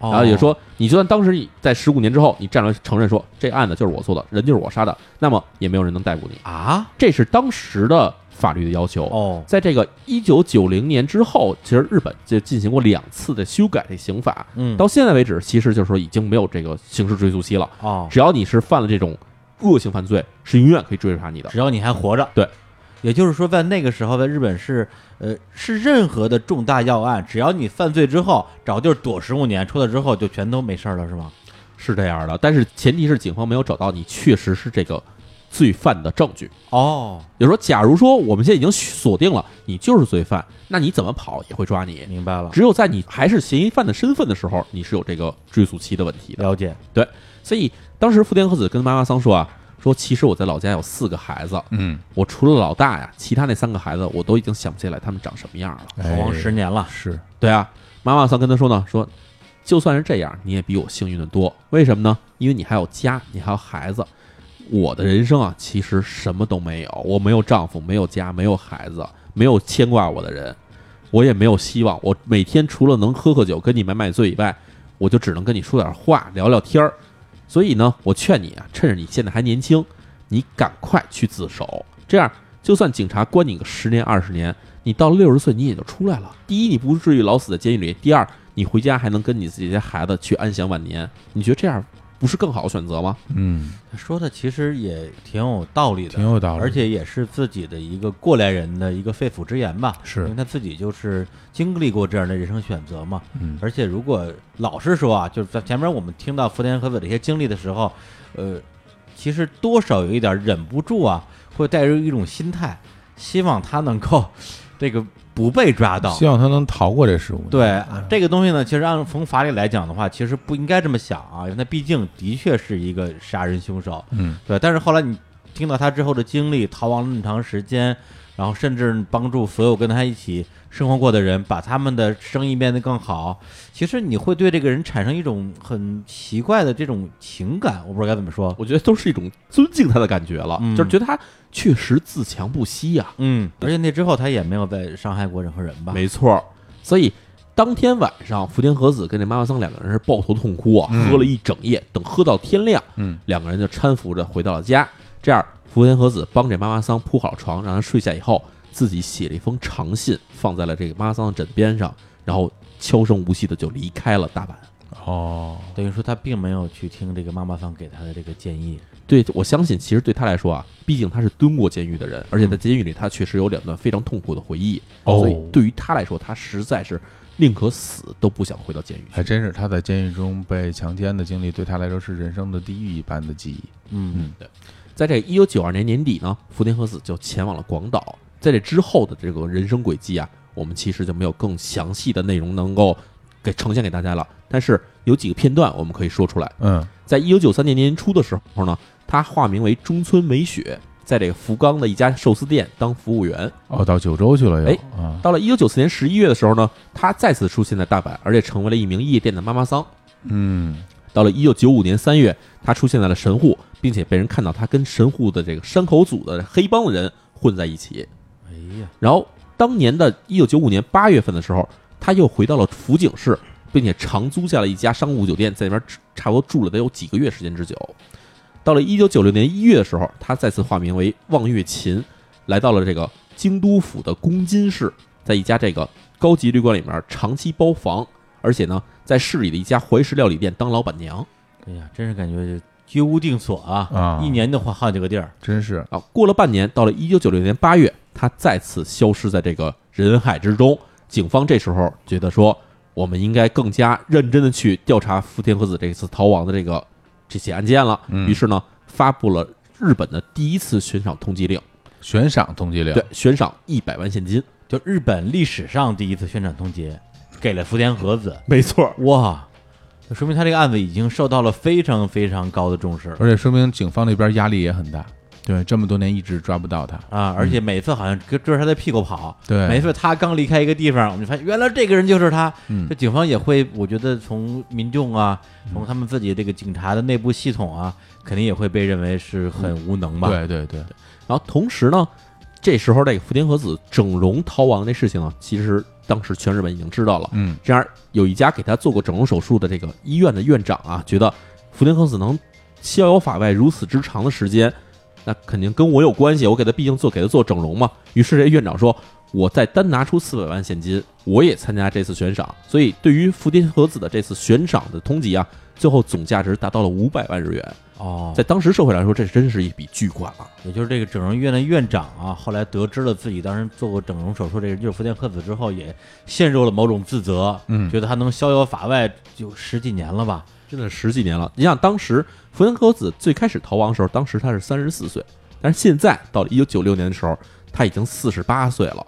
[SPEAKER 2] 然
[SPEAKER 1] 然后也，说，你就算当时你在十五年之后，你站出来承认说这案子就是我做的，人就是我杀的，那么也没有人能逮捕你。
[SPEAKER 2] 啊，
[SPEAKER 1] 这是当时的法律的要求。
[SPEAKER 2] 哦，
[SPEAKER 1] 在这个一九九零年之后，其实日本就进行过两次的修改这刑法，
[SPEAKER 2] 嗯，
[SPEAKER 1] 到现在为止，其实就是说已经没有这个刑事追诉期了。
[SPEAKER 2] 哦，
[SPEAKER 1] 只要你是犯了这种恶性犯罪，是永远可以追查你的。
[SPEAKER 2] 只要你还活着，
[SPEAKER 1] 对，
[SPEAKER 2] 也就是说，在那个时候，在日本是，呃，是任何的重大要案，只要你犯罪之后找地儿躲十五年，出来之后就全都没事儿了，是吗？
[SPEAKER 1] 是这样的，但是前提是警方没有找到你确实是这个罪犯的证据。
[SPEAKER 2] 哦，
[SPEAKER 1] 也就是说，假如说我们现在已经锁定了你就是罪犯，那你怎么跑也会抓你。
[SPEAKER 2] 明白了，
[SPEAKER 1] 只有在你还是嫌疑犯的身份的时候，你是有这个追诉期的问题的。
[SPEAKER 2] 了解，
[SPEAKER 1] 所以当时福田和子跟妈妈桑说啊，说其实我在老家有四个孩子，
[SPEAKER 3] 嗯，
[SPEAKER 1] 我除了老大呀，其他那三个孩子我都已经想不起来他们长什么样了。
[SPEAKER 2] 逃亡
[SPEAKER 3] 哎
[SPEAKER 2] 十年了，
[SPEAKER 3] 是，
[SPEAKER 1] 对啊，妈妈桑跟他说呢，说就算是这样，你也比我幸运的多。为什么呢？因为你还有家，你还有孩子。我的人生啊，其实什么都没有，我没有丈夫，没有家，没有孩子，没有牵挂我的人，我也没有希望。我每天除了能喝喝酒，跟你买买醉以外，我就只能跟你说点话，聊聊天儿。所以呢，我劝你啊，趁着你现在还年轻，你赶快去自首，这样就算警察关你个十年二十年，你到六十岁你也就出来了。第一，你不至于老死在监狱里；第二，你回家还能跟你自己的孩子去安享晚年。你觉得这样不是更好的选择吗？
[SPEAKER 3] 嗯，
[SPEAKER 2] 说的其实也挺有道理的，
[SPEAKER 3] 挺有道理
[SPEAKER 2] 而且也是自己的一个过来人的一个肺腑之言吧。
[SPEAKER 3] 是
[SPEAKER 2] 因为他自己就是经历过这样的人生选择嘛。
[SPEAKER 3] 嗯
[SPEAKER 2] 而且如果老实说啊，就是在前面我们听到福田和子的一些经历的时候，呃，其实多少有一点忍不住啊，会带入一种心态，希望他能够这个不被抓到，
[SPEAKER 3] 希望嗯他能逃过这十五年。
[SPEAKER 2] 对啊这个东西呢，其实按从法理来讲的话，其实不应该这么想啊，因为他毕竟的确是一个杀人凶手，
[SPEAKER 3] 嗯，
[SPEAKER 2] 对。但是后来你听到他之后的经历，逃亡了那么长时间，然后甚至帮助所有跟他一起生活过的人，把他们的生意变得更好，其实你会对这个人产生一种很奇怪的这种情感，我不知道该怎么说。
[SPEAKER 1] 我觉得都是一种尊敬他的感觉了，
[SPEAKER 2] 嗯
[SPEAKER 1] 就是觉得他确实自强不息啊呀、
[SPEAKER 2] 嗯，而且那之后他也没有再伤害过任何人吧？
[SPEAKER 1] 没错儿，所以当天晚上，福田和子跟这妈妈桑两个人是抱头痛哭啊，喝了一整夜，等喝到天亮，
[SPEAKER 3] 嗯，
[SPEAKER 1] 两个人就搀扶着回到了家。这样，福田和子帮这妈妈桑铺好床，让她睡下以后，自己写了一封长信，放在了这个妈妈桑的枕边上，然后悄声无息的就离开了大阪。
[SPEAKER 3] 哦，
[SPEAKER 2] 等于说他并没有去听这个妈妈桑给他的这个建议。
[SPEAKER 1] 对我相信，其实对他来说啊，毕竟他是蹲过监狱的人，而且在监狱里他确实有两段非常痛苦的回忆，
[SPEAKER 3] 哦
[SPEAKER 1] 所以对于他来说，他实在是宁可死都不想回到监狱去
[SPEAKER 3] 还。真是他在监狱中被强奸的经历，对他来说是人生的地狱一般的记忆。
[SPEAKER 2] 嗯
[SPEAKER 1] 在这一九九二年年底呢，福田和子就前往了广岛。在这之后的这个人生轨迹啊，我们其实就没有更详细的内容能够给呈现给大家了。但是有几个片段我们可以说出来。
[SPEAKER 3] 嗯
[SPEAKER 1] 在一九九三年年初的时候呢，他化名为中村美雪，在这个福冈的一家寿司店当服务员。
[SPEAKER 3] 哦，到九州去了又
[SPEAKER 1] 哎
[SPEAKER 3] 啊，
[SPEAKER 1] 到了一九九四年十一月的时候呢，他再次出现在大阪，而且成为了一名夜店的妈妈桑。
[SPEAKER 3] 嗯，
[SPEAKER 1] 到了一九九五年三月，他出现在了神户，并且被人看到他跟神户的这个山口组的黑帮的人混在一起。
[SPEAKER 2] 哎呀，
[SPEAKER 1] 然后当年的一九九五年八月份的时候，他又回到了福井市，并且长租下了一家商务酒店，在那边住差不多住了得有几个月时间之久。到了一九九六年一月的时候，他再次化名为望月琴，来到了这个京都府的宫津市，在一家这个高级旅馆里面长期包房，而且呢，在市里的一家怀石料理店当老板娘。
[SPEAKER 2] 哎呀，真是感觉居无定所啊！
[SPEAKER 3] 啊
[SPEAKER 2] 一年就换好几个地儿。
[SPEAKER 3] 真是
[SPEAKER 1] 啊，过了半年，到了一九九六年八月，他再次消失在这个人海之中。警方这时候觉得说，我们应该更加认真的去调查福田和子这次逃亡的这个这起案件了。
[SPEAKER 3] 嗯
[SPEAKER 1] 于是呢，发布了日本的第一次悬赏通缉令，
[SPEAKER 3] 悬赏通缉令。
[SPEAKER 1] 对，悬赏一百万现金。
[SPEAKER 2] 就日本历史上第一次宣传通缉，给了福田和子，
[SPEAKER 1] 没错，
[SPEAKER 2] 哇，就说明他这个案子已经受到了非常非常高的重视
[SPEAKER 3] 而且说明警方那边压力也很大，对，这么多年一直抓不到他。
[SPEAKER 2] 啊！而且每次好像跟追着他的屁股跑，
[SPEAKER 3] 嗯对
[SPEAKER 2] 每次他刚离开一个地方，我们就发现原来这个人就是他。
[SPEAKER 3] 嗯
[SPEAKER 2] 这警方也会，我觉得从民众啊，从他们自己这个警察的内部系统啊，肯定也会被认为是很无能吧？
[SPEAKER 3] 对对对，
[SPEAKER 1] 然后同时呢，这时候这个福田和子整容逃亡这事情啊，其实当时全日本已经知道了。
[SPEAKER 3] 嗯
[SPEAKER 1] 然而，有一家给他做过整容手术的这个医院的院长啊，觉得福田和子能逍遥法外如此之长的时间，那肯定跟我有关系。我给他毕竟做给他做整容嘛。于是这院长说，我再单拿出四百万现金，我也参加这次悬赏。所以，对于福田和子的这次悬赏的通缉啊，最后总价值达到了五百万日元，
[SPEAKER 2] 哦，
[SPEAKER 1] 在当时社会来说，这真是一笔巨款啊了。
[SPEAKER 2] 也就是这个整容医院的院长啊，后来得知了自己当时做过整容手术，这个就是福田克子之后，也陷入了某种自责，
[SPEAKER 3] 嗯
[SPEAKER 2] 觉得他能逍遥法外就十几年了吧？
[SPEAKER 1] 真的十几年了。你想当时福原和子最开始逃亡的时候，当时他是三十四岁，但是现在到了一九九六年的时候，他已经四十八岁了。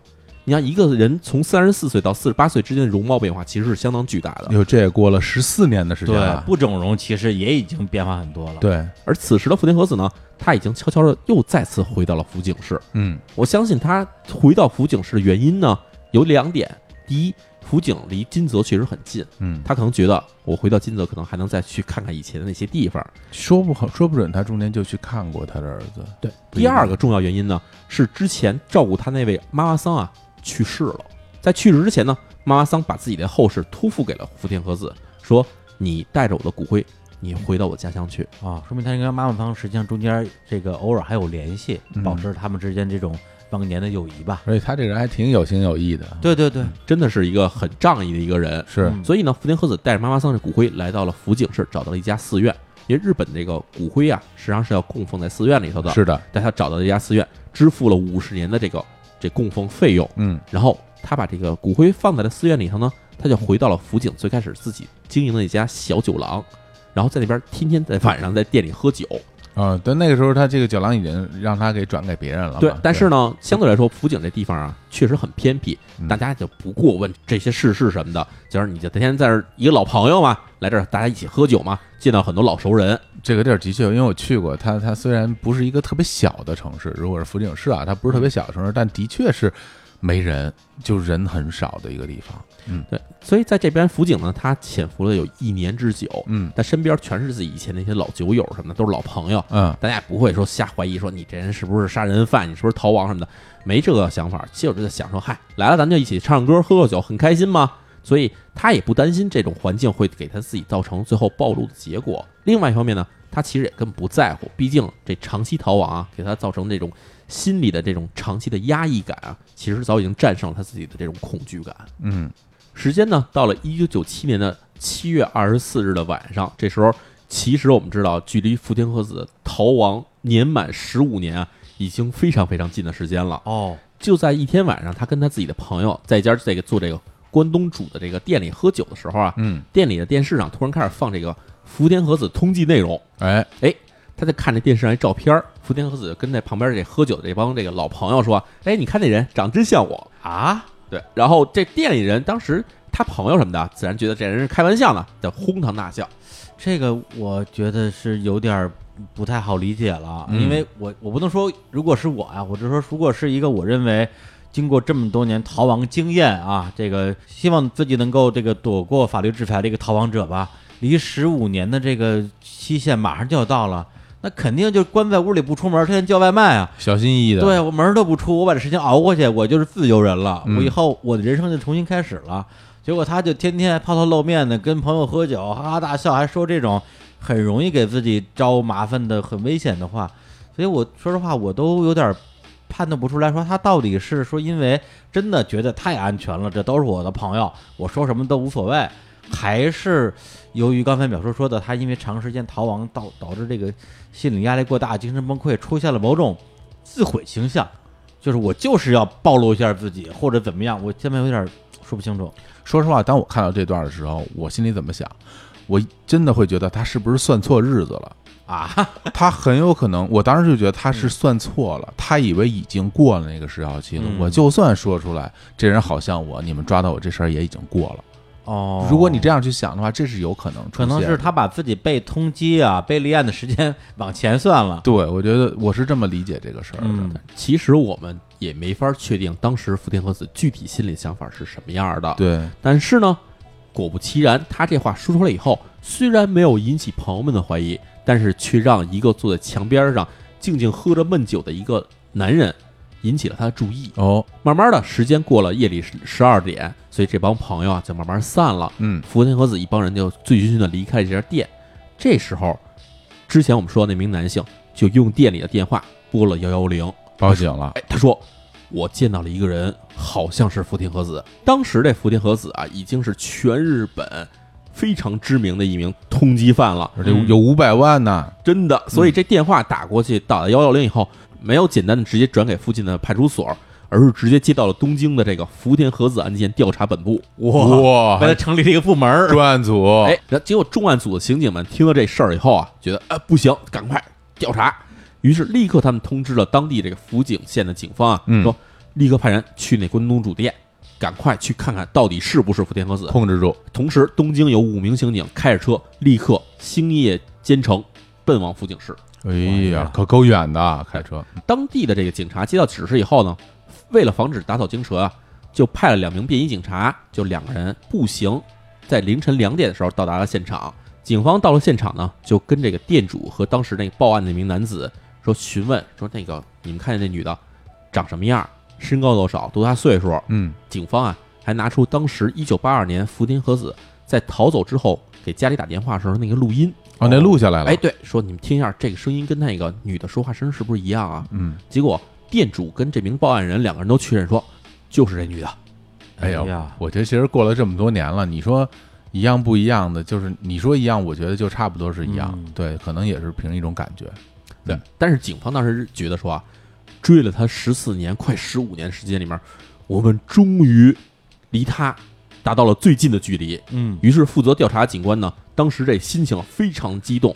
[SPEAKER 1] 你像一个人从三十四岁到四十八岁之间的容貌变化，其实是相当巨大的。
[SPEAKER 3] 哟，这也过了十四年的时间
[SPEAKER 2] 对，
[SPEAKER 3] 了。
[SPEAKER 2] 不整容其实也已经变化很多了。，
[SPEAKER 3] 对，
[SPEAKER 1] 而此时的福田和子呢，他已经悄悄的又再次回到了福井市。
[SPEAKER 3] 嗯
[SPEAKER 1] 我相信他回到福井市的原因呢，有两点：第一，福井离金泽确实很近，
[SPEAKER 3] 嗯，
[SPEAKER 1] 他可能觉得我回到金泽可能还能再去看看以前的那些地方。
[SPEAKER 3] 说不好，说不准他中间就去看过他的儿子。
[SPEAKER 1] 对，
[SPEAKER 3] 不一
[SPEAKER 1] 第
[SPEAKER 3] 定
[SPEAKER 1] 二个重要原因呢，是之前照顾他那位妈妈桑啊去世了。在去世之前呢，妈妈桑把自己的后事托付给了福田和子，说你带着我的骨灰，你回到我家乡去。
[SPEAKER 2] 啊，说明他跟妈妈方实际上中间这个偶尔还有联系，
[SPEAKER 3] 嗯
[SPEAKER 2] 保持他们之间这种忘年的友谊吧。
[SPEAKER 3] 而且他这人还挺有情有义
[SPEAKER 1] 嗯
[SPEAKER 3] 的，
[SPEAKER 2] 对对对，
[SPEAKER 1] 真的是一个很仗义的一个人。
[SPEAKER 3] 是
[SPEAKER 2] 嗯
[SPEAKER 1] 所以呢，福田和子带着妈妈桑的骨灰来到了福井市，找到了一家寺院。因为日本这个骨灰啊，实际上是要供奉在寺院里头的。
[SPEAKER 3] 是的，
[SPEAKER 1] 但他找到这家寺院，支付了五十年的这个这供奉费用，
[SPEAKER 3] 嗯
[SPEAKER 1] 然后他把这个骨灰放在了寺院里头呢，他就回到了福井最开始自己经营的一家小酒廊，然后在那边天天在晚上在店里喝酒。
[SPEAKER 3] 啊，但那个时候他这个酒廊已经让他给转给别人了嘛，
[SPEAKER 1] 对，但是呢，相对来说，福井这地方啊，确实很偏僻
[SPEAKER 3] 嗯，
[SPEAKER 1] 大家就不过问这些世事什么的，就是你就天天在这儿一个老朋友嘛，来这儿大家一起喝酒嘛，见到很多老熟人，
[SPEAKER 3] 这个地儿的确，因为我去过，它它虽然不是一个特别小的城市，如果是福井市啊，它不是特
[SPEAKER 2] 嗯
[SPEAKER 3] 别小的城市，但的确是没人，就人很少的一个地方。
[SPEAKER 1] 对，所以在这边福井呢，他潜伏了有一年之久，
[SPEAKER 3] 嗯
[SPEAKER 1] 但身边全是自己以前那些老酒友什么的，都是老朋友，
[SPEAKER 3] 嗯，
[SPEAKER 1] 大家也不会说瞎怀疑说你这人是不是杀人犯，你是不是逃亡什么的，没这个想法，就是在想说，嗨，来了咱就一起唱唱歌、喝喝酒，很开心嘛。所以他也不担心这种环境会给他自己造成最后暴露的结果。另外一方面呢，他其实也根本不在乎，毕竟这长期逃亡啊，给他造成这种心理的这种长期的压抑感啊，其实早已经战胜了他自己的这种恐惧感。
[SPEAKER 3] 嗯
[SPEAKER 1] 时间呢，到了一九九七年的七月二十四日的晚上，这时候其实我们知道，距离福田和子逃亡年满十五年啊，已经非常非常近的时间了。
[SPEAKER 2] 哦，
[SPEAKER 1] 就在一天晚上，他跟他自己的朋友在一家这个做这个关东煮的这个店里喝酒的时候啊，
[SPEAKER 3] 嗯，
[SPEAKER 1] 店里的电视上突然开始放这个福田和子通缉内容。
[SPEAKER 3] 哎，
[SPEAKER 1] 哎，他在看这电视上一照片儿，福田和子就跟在旁边这喝酒的这帮这个老朋友说：“哎，你看那人长得真像我。”
[SPEAKER 2] 啊，
[SPEAKER 1] 对，然后这店里人当时他朋友什么的，自然觉得这人是开玩笑呢，在哄堂大笑。
[SPEAKER 2] 这个我觉得是有点儿不太好理解了，
[SPEAKER 3] 嗯
[SPEAKER 2] 因为我我不能说如果是我啊，我只是说如果是一个我认为。经过这么多年逃亡经验啊，这个希望自己能够这个躲过法律制裁的一个逃亡者吧。离十五年的这个期限马上就要到了，那肯定就关在屋里不出门，天天叫外卖啊。
[SPEAKER 3] 小心翼翼的，
[SPEAKER 2] 对我门儿都不出，我把这事情熬过去，我就是自由人了，
[SPEAKER 3] 嗯
[SPEAKER 2] 我以后我的人生就重新开始了。结果他就天天抛头露面的跟朋友喝酒，哈哈大笑，还说这种很容易给自己招麻烦的、很危险的话，所以我说实话，我都有点判断不出来，说他到底是说因为真的觉得太安全了，这都是我的朋友，我说什么都无所谓，还是由于刚才淼叔说的，他因为长时间逃亡导导致这个心理压力过大、精神崩溃，出现了某种自毁倾向，就是我就是要暴露一下自己，或者怎么样，我现在有点说不清楚。
[SPEAKER 3] 说实话，当我看到这段的时候，我心里怎么想？我真的会觉得他是不是算错日子了
[SPEAKER 2] 啊？
[SPEAKER 3] 他很有可能，我当时就觉得他是算错了，他以为已经过了那个时效期了。
[SPEAKER 2] 嗯
[SPEAKER 3] 我就算说出来，这人好像我，你们抓到我这事儿也已经过了。
[SPEAKER 2] 哦
[SPEAKER 3] 如果你这样去想的话，这是有可能
[SPEAKER 2] 可
[SPEAKER 3] 出现的，
[SPEAKER 2] 能是他把自己被通缉啊、被立案的时间 往前算了。
[SPEAKER 3] 对，我觉得我是这么理解这个事儿的。
[SPEAKER 2] 嗯，
[SPEAKER 1] 其实我们也没法确定当时福田和子具体心里想法是什么样的，
[SPEAKER 3] 对，
[SPEAKER 1] 但是呢，果不其然，他这话说出来以后，虽然没有引起朋友们的怀疑，但是却让一个坐在墙边上静静喝着闷酒的一个男人引起了他的注意。
[SPEAKER 3] 哦，
[SPEAKER 1] 慢慢的时间过了，夜里十二点，所以这帮朋友啊就慢慢散了。
[SPEAKER 3] 嗯
[SPEAKER 1] 福田和子一帮人就醉醺醺的离开了这家店。这时候，之前我们说的那名男性就用店里的电话拨了幺幺零。，
[SPEAKER 3] 报警了，
[SPEAKER 1] 哎，他说我见到了一个人，好像是福田和子。当时这福田和子啊，已经是全日本非常知名的一名通缉犯了，
[SPEAKER 3] 而且有五百万呢。
[SPEAKER 1] 真的。所以这电话打过去，打了幺幺零以后，没有简单的直接转给附近的派出所。而是直接接到了东京的这个福田和子案件调查本部，
[SPEAKER 3] 哇
[SPEAKER 2] 为了成立了一个部门儿，
[SPEAKER 3] 专案组，
[SPEAKER 1] 哎，然后结果重案组的刑警们听了这事儿以后啊，觉得啊、呃不行，赶快调查。于是立刻他们通知了当地这个福井县的警方啊，
[SPEAKER 3] 嗯
[SPEAKER 1] 说立刻派人去那关东煮店，赶快去看看到底是不是福田和子。
[SPEAKER 3] 控制住，
[SPEAKER 1] 同时，东京有五名刑警开着车立刻星夜兼程奔往福井市。
[SPEAKER 3] 哎
[SPEAKER 2] 哇
[SPEAKER 3] 呀，可够远的，开车，
[SPEAKER 1] 当地的这个警察接到指示以后呢，为了防止打草惊蛇啊，就派了两名便衣警察，就两个人步行，在凌晨两点的时候到达了现场。警方到了现场呢，就跟这个店主和当时那个报案的那名男子说询问说那个你们看见那女的长什么样，身高多少，多大岁数？
[SPEAKER 3] 嗯，
[SPEAKER 1] 警方啊还拿出当时一九八二年福田和子在逃走之后给家里打电话的时候那个录音，
[SPEAKER 3] 哦，那录下来了，
[SPEAKER 1] 哎，对，说你们听一下这个声音跟那个女的说话声是不是一样啊？
[SPEAKER 3] 嗯，
[SPEAKER 1] 结果店主跟这名报案人两个人都确认说，就是这女的。
[SPEAKER 3] 哎
[SPEAKER 2] 哎
[SPEAKER 3] 呦
[SPEAKER 2] 呀，
[SPEAKER 3] 我觉得其实过了这么多年了，你说一样不一样的，就是你说一样，我觉得就差不多是一样
[SPEAKER 2] 嗯，
[SPEAKER 3] 对，可能也是凭一种感觉，
[SPEAKER 1] 对
[SPEAKER 3] 嗯，
[SPEAKER 1] 但是警方当时觉得说啊，追了她十四年，快十五年时间里面，我们终于离她达到了最近的距离。
[SPEAKER 2] 嗯
[SPEAKER 1] 于是负责调查的警官呢，当时这心情非常激动，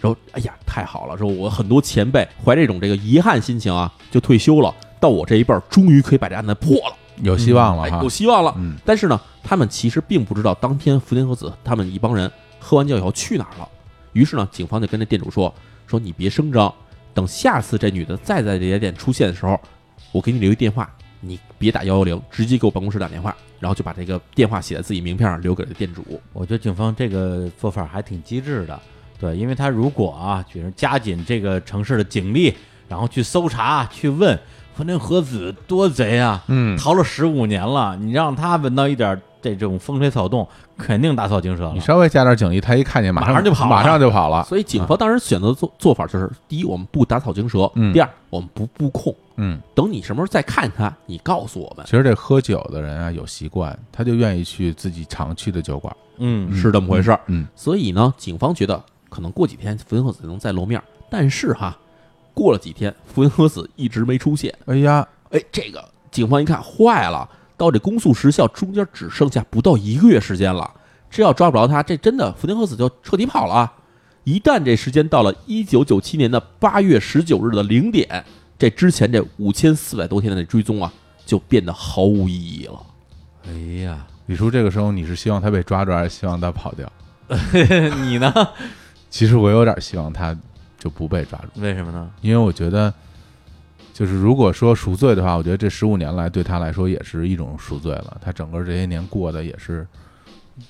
[SPEAKER 1] 然后哎呀太好了，说我很多前辈怀这种这个遗憾心情啊，就退休了，到我这一辈儿终于可以把这案子破了，
[SPEAKER 3] 有希望了
[SPEAKER 1] 哎
[SPEAKER 3] 哈
[SPEAKER 1] 有，希望了。
[SPEAKER 3] 嗯
[SPEAKER 1] 但是呢，他们其实并不知道当天福田和子他们一帮人喝完酒以后去哪儿了。于是呢，警方就跟这店主说：“说你别声张，等下次这女的再在这家店出现的时候，我给你留一电话，你别打幺幺零，直接给我办公室打电话。”然后就把这个电话写在自己名片上，留给了店主。
[SPEAKER 3] 嗯
[SPEAKER 2] 我觉得警方这个做法还挺机智的，对，因为他如果啊，比如加紧这个城市的警力，然后去搜查、去问和田和子多贼啊，
[SPEAKER 3] 嗯，
[SPEAKER 2] 逃了十五年了，你让他闻到一点这种风吹草动，肯定大草惊蛇了
[SPEAKER 3] 你。稍微加点警力，他一看见马
[SPEAKER 2] 马上就跑了
[SPEAKER 3] 马上就跑了，
[SPEAKER 1] 所以警方当时选择做做法就是：第一，我们不打草惊蛇；
[SPEAKER 3] 嗯
[SPEAKER 1] 第二，我们不布控。
[SPEAKER 3] 嗯。
[SPEAKER 1] 等你什么时候再看他，你告诉我们，
[SPEAKER 3] 其实这喝酒的人啊有习惯，他就愿意去自己常去的酒馆。
[SPEAKER 2] 嗯，
[SPEAKER 1] 是这么回事儿。
[SPEAKER 3] 嗯，
[SPEAKER 1] 所以呢，警方觉得可能过几天福原和子能再露面儿，但是哈，过了几天福原和子一直没出现。
[SPEAKER 3] 哎呀，
[SPEAKER 1] 哎，这个警方一看坏了，到这公诉时效中间只剩下不到一个月时间了，这要抓不着他，这真的福原和子就彻底跑了啊。一旦这时间到了一九九七年的八月十九日的零点，这之前这五千四百多天的追踪啊，就变得毫无意义了。
[SPEAKER 2] 哎 呀，
[SPEAKER 3] 李叔，这个时候你是希望他被抓住，还是希望他跑掉？
[SPEAKER 2] 你呢？
[SPEAKER 3] 其实我有点希望他就不被抓住，
[SPEAKER 2] 为什么呢？
[SPEAKER 3] 因为我觉得，就是如果说赎罪的话，我觉得这十五年来对他来说也是一种赎罪了。他整个这些年过的也是，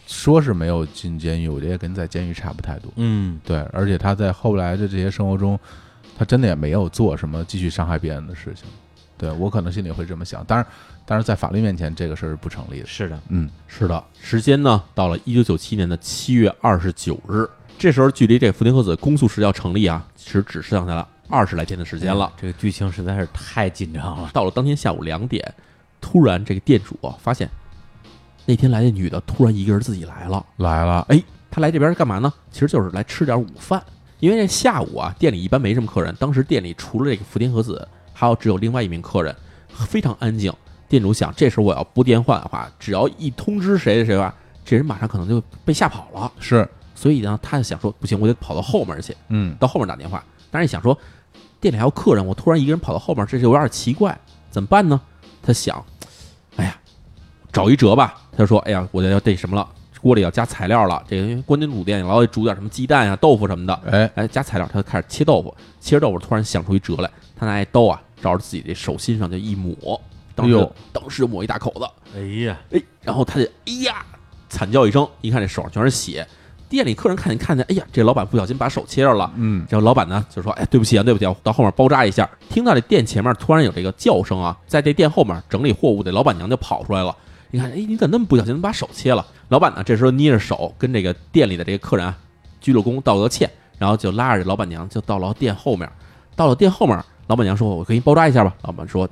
[SPEAKER 3] 说是没有进监狱，我觉得也跟在监狱差不太多。
[SPEAKER 2] 嗯
[SPEAKER 3] 对，而且他在后来的这些生活中，他真的也没有做什么继续伤害别人的事情。对我可能心里会这么想，当然，当然在法律面前这个事儿是不成立的。
[SPEAKER 2] 是的，
[SPEAKER 3] 嗯，
[SPEAKER 1] 是的，时间呢到了一九九七年的七月二十九日，这时候距离这福田和子公诉时效成立啊，其实只剩下了二十来天的时间了。
[SPEAKER 2] 哎这个剧情实在是太紧张了。
[SPEAKER 1] 到了当天下午两点，突然这个店主啊发现，那天来的女的突然一个人自己来了。
[SPEAKER 3] 来了，
[SPEAKER 1] 哎，她来这边干嘛呢？其实就是来吃点午饭，因为这下午啊店里一般没什么客人，当时店里除了这个福田和子，还有只有另外一名客人，非常安静。店主想，这时候我要拨电话的话，只要一通知谁谁谁吧，这人马上可能就被吓跑了。
[SPEAKER 3] 是，
[SPEAKER 1] 所以呢，他就想说，不行，我得跑到后面去，
[SPEAKER 3] 嗯，
[SPEAKER 1] 到后面打电话。但是一想说，店里还有客人，我突然一个人跑到后面，这就有点奇怪，怎么办呢？他想，哎呀，找一辙吧。他就说，哎呀，我要这什么了，锅里要加材料了。这个因为关东煮店老得煮点什么鸡蛋呀、啊豆腐什么的，
[SPEAKER 3] 哎，
[SPEAKER 1] 哎，加材料，他就开始切豆腐。切着豆腐，突然想出一辙来，他拿一刀啊，照着自己这手心上就一抹，当
[SPEAKER 3] 哎
[SPEAKER 1] 时
[SPEAKER 3] 呦
[SPEAKER 1] 当时就抹一大口子。
[SPEAKER 2] 哎呀，
[SPEAKER 1] 哎，然后他就哎呀惨叫一声，一看这手上全是血。店里客人看见看见，哎呀，这老板不小心把手切着了。
[SPEAKER 3] 嗯，
[SPEAKER 1] 这老板呢就说：“哎，对不起啊，对不起啊，到后面包扎一下。”听到这店前面突然有这个叫声啊，在这店后面整理货物的老板娘就跑出来了。你看，哎，你怎么那么不小心把手切了？老板呢这时候捏着手跟这个店里的这个客人啊鞠了躬道个歉，然后就拉着这老板娘就到了店后面。到了店后面，老板娘说：“我给你包扎一下吧。”老板说：“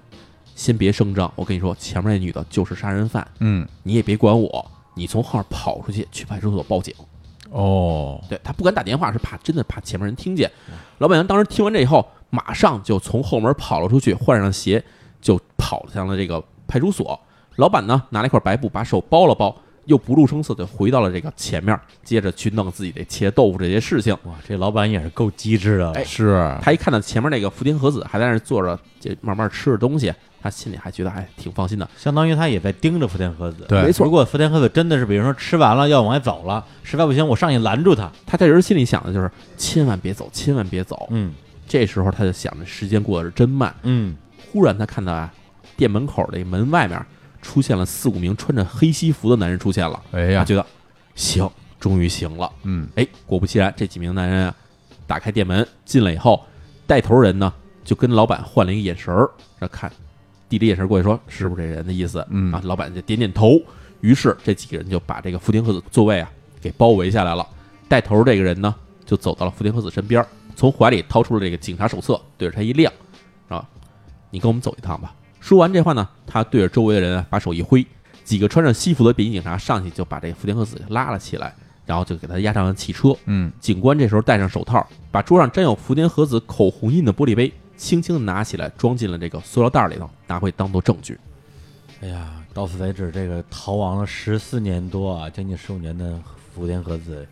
[SPEAKER 1] 先别声张，我跟你说，前面那女的就是杀人犯。”
[SPEAKER 3] 嗯，
[SPEAKER 1] 你也别管我，你从后面跑出去去派出所报警。
[SPEAKER 3] 哦，
[SPEAKER 1] 对他不敢打电话，是怕真的怕前面人听见。老板娘当时听完这以后，马上就从后门跑了出去，换上鞋就跑向了这个派出所。老板呢拿了一块白布把手包了包，又不露声色的回到了这个前面，接着去弄自己这切豆腐这些事情。
[SPEAKER 2] 哇，这老板也是够机智的了。
[SPEAKER 1] 哎
[SPEAKER 3] 是，
[SPEAKER 1] 他一看到前面那个福田和子还在那儿坐着，这慢慢吃着东西，他心里还觉得还挺放心的。
[SPEAKER 2] 相当于他也在盯着福田和子。
[SPEAKER 3] 对没
[SPEAKER 1] 错
[SPEAKER 2] 如果福田和子真的是，比如说吃完了要往外走了，实在不行我上去拦住他。
[SPEAKER 1] 他这人心里想的就是千万别走，千万别走。
[SPEAKER 2] 嗯
[SPEAKER 1] 这时候他就想着时间过得是真慢，
[SPEAKER 2] 嗯，
[SPEAKER 1] 忽然他看到啊，店门口的门外面出现了四五名穿着黑西服的男人出现了，
[SPEAKER 3] 哎
[SPEAKER 1] 他
[SPEAKER 3] 呀，
[SPEAKER 1] 觉得行，终于行了。
[SPEAKER 3] 嗯，
[SPEAKER 1] 哎，果不其然，这几名男人啊，打开店门进来以后，带头人呢就跟老板换了一个眼神儿，这看递了眼神过去说是不是这人的意思？
[SPEAKER 3] 嗯
[SPEAKER 1] 啊，老板就点点头。于是这几个人就把这个福田和子座位啊给包围下来了。带头这个人呢，就走到了福田和子身边儿，从怀里掏出了这个警察手册，对着他一亮，啊，你跟我们走一趟吧。说完这话呢，他对着周围的人啊把手一挥，几个穿着西服的便衣警察上去就把这个福田和子拉了起来，然后就给他押上了汽车。
[SPEAKER 3] 嗯
[SPEAKER 1] 警官这时候戴上手套，把桌上沾有福田和子口红印的玻璃杯轻轻地拿起来，装进了这个塑料袋里头，拿回当做证据。
[SPEAKER 2] 哎呀，到此为止，这个逃亡了十四年多啊，将近十五年的福田和子，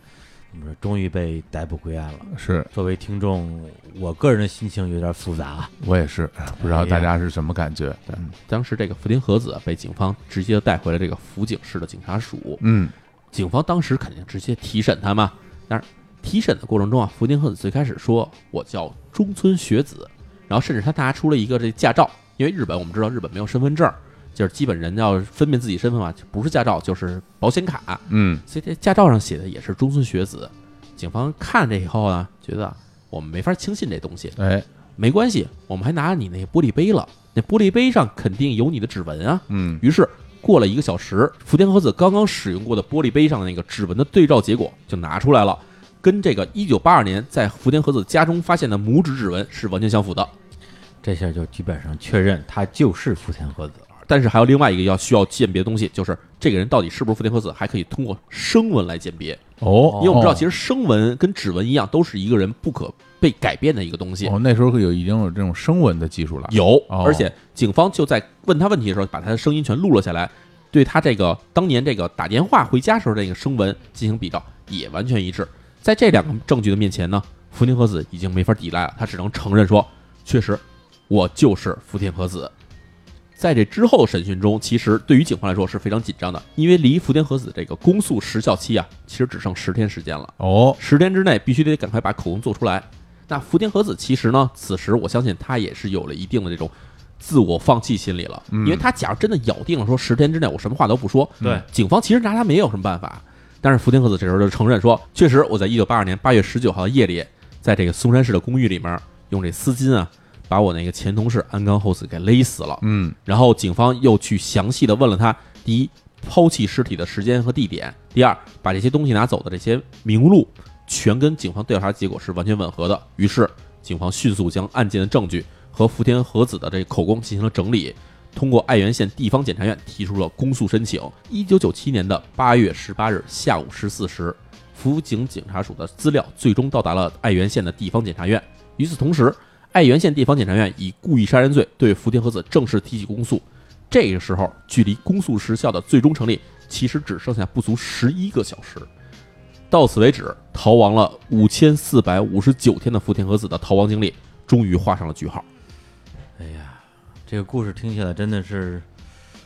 [SPEAKER 2] 我们说终于被逮捕归案了。
[SPEAKER 3] 是
[SPEAKER 2] 作为听众，我个人的心情有点复杂啊。
[SPEAKER 3] 我也是，不知道大家是什么感觉。
[SPEAKER 1] 哎对，当时这个福田和子被警方直接带回了这个福井市的警察署，
[SPEAKER 3] 嗯，
[SPEAKER 1] 警方当时肯定直接提审他嘛。但是提审的过程中啊，福田和子最开始说我叫中村学子，然后甚至他拿出了一个这驾照，因为日本我们知道日本没有身份证，就是基本人要分辨自己身份嘛，就不是驾照就是保险卡。
[SPEAKER 3] 嗯
[SPEAKER 1] 所以这驾照上写的也是中村学子。警方看这以后呢，觉得我们没法轻信这东西。
[SPEAKER 3] 哎，
[SPEAKER 1] 没关系，我们还拿你那玻璃杯了，那玻璃杯上肯定有你的指纹啊。
[SPEAKER 3] 嗯
[SPEAKER 1] 于是过了一个小时，福田和子刚刚使用过的玻璃杯上的那个指纹的对照结果就拿出来了，跟这个1982年在福田和子家中发现的拇指指纹是完全相符的。
[SPEAKER 2] 这下就基本上确认他就是福田和子了。
[SPEAKER 1] 但是还有另外一个要需要鉴别的东西，就是这个人到底是不是福田和子，还可以通过声纹来鉴别。
[SPEAKER 3] 哦
[SPEAKER 1] 因为我们知道，其
[SPEAKER 3] 实
[SPEAKER 1] 实声纹跟指纹一样，都是一个人不可被改变的一个东西。
[SPEAKER 3] 哦，那时候有已经有这种声纹的技术了。
[SPEAKER 1] 有，
[SPEAKER 3] 哦
[SPEAKER 1] 而且警方就在问他问题的时候，把他的声音全录了下来，对他这个当年这个打电话回家时候这个声纹进行比照，也完全一致。在这两个证据的面前呢，福田和子已经没法抵赖了，他只能承认说，确实我就是福田和子。在这之后的审讯中，其实对于警方来说是非常紧张的，因为离福田和子这个公诉时效期啊，其实只剩十天时间了。
[SPEAKER 3] 哦，
[SPEAKER 1] 十天之内必须得赶快把口供做出来。那福田和子其实呢，此时我相信他也是有了一定的这种自我放弃心理了，因为他假如真的咬定了说十天之内我什么话都不说，
[SPEAKER 2] 对
[SPEAKER 1] 警方其实拿他没有什么办法。但是福田和子这时候就承认说，确实我在一九八二年八月十九号的夜里，在这个松山市的公寓里面，用这丝巾啊，把我那个前同事安冈厚子给勒死了。
[SPEAKER 3] 嗯
[SPEAKER 1] 然后警方又去详细的问了他：第一，抛弃尸体的时间和地点；第二，把这些东西拿走的这些名录，全跟警方调查结果是完全吻合的。于是，警方迅速将案件的证据和福田和子的这个口供进行了整理，通过爱媛县地方检察院提出了公诉申请。一九九七年的八月十八日下午十四时，福井警察署的资料最终到达了爱媛县的地方检察院。与此同时，爱媛县地方检察院以故意杀人罪对福田和子正式提起公诉。这个时候，距离公诉时效的最终成立，其实只剩下不足十一个小时。到此为止，逃亡了五千四百五十九天的福田和子的逃亡经历，终于画上了句号。
[SPEAKER 2] 哎呀，这个故事听起来真的是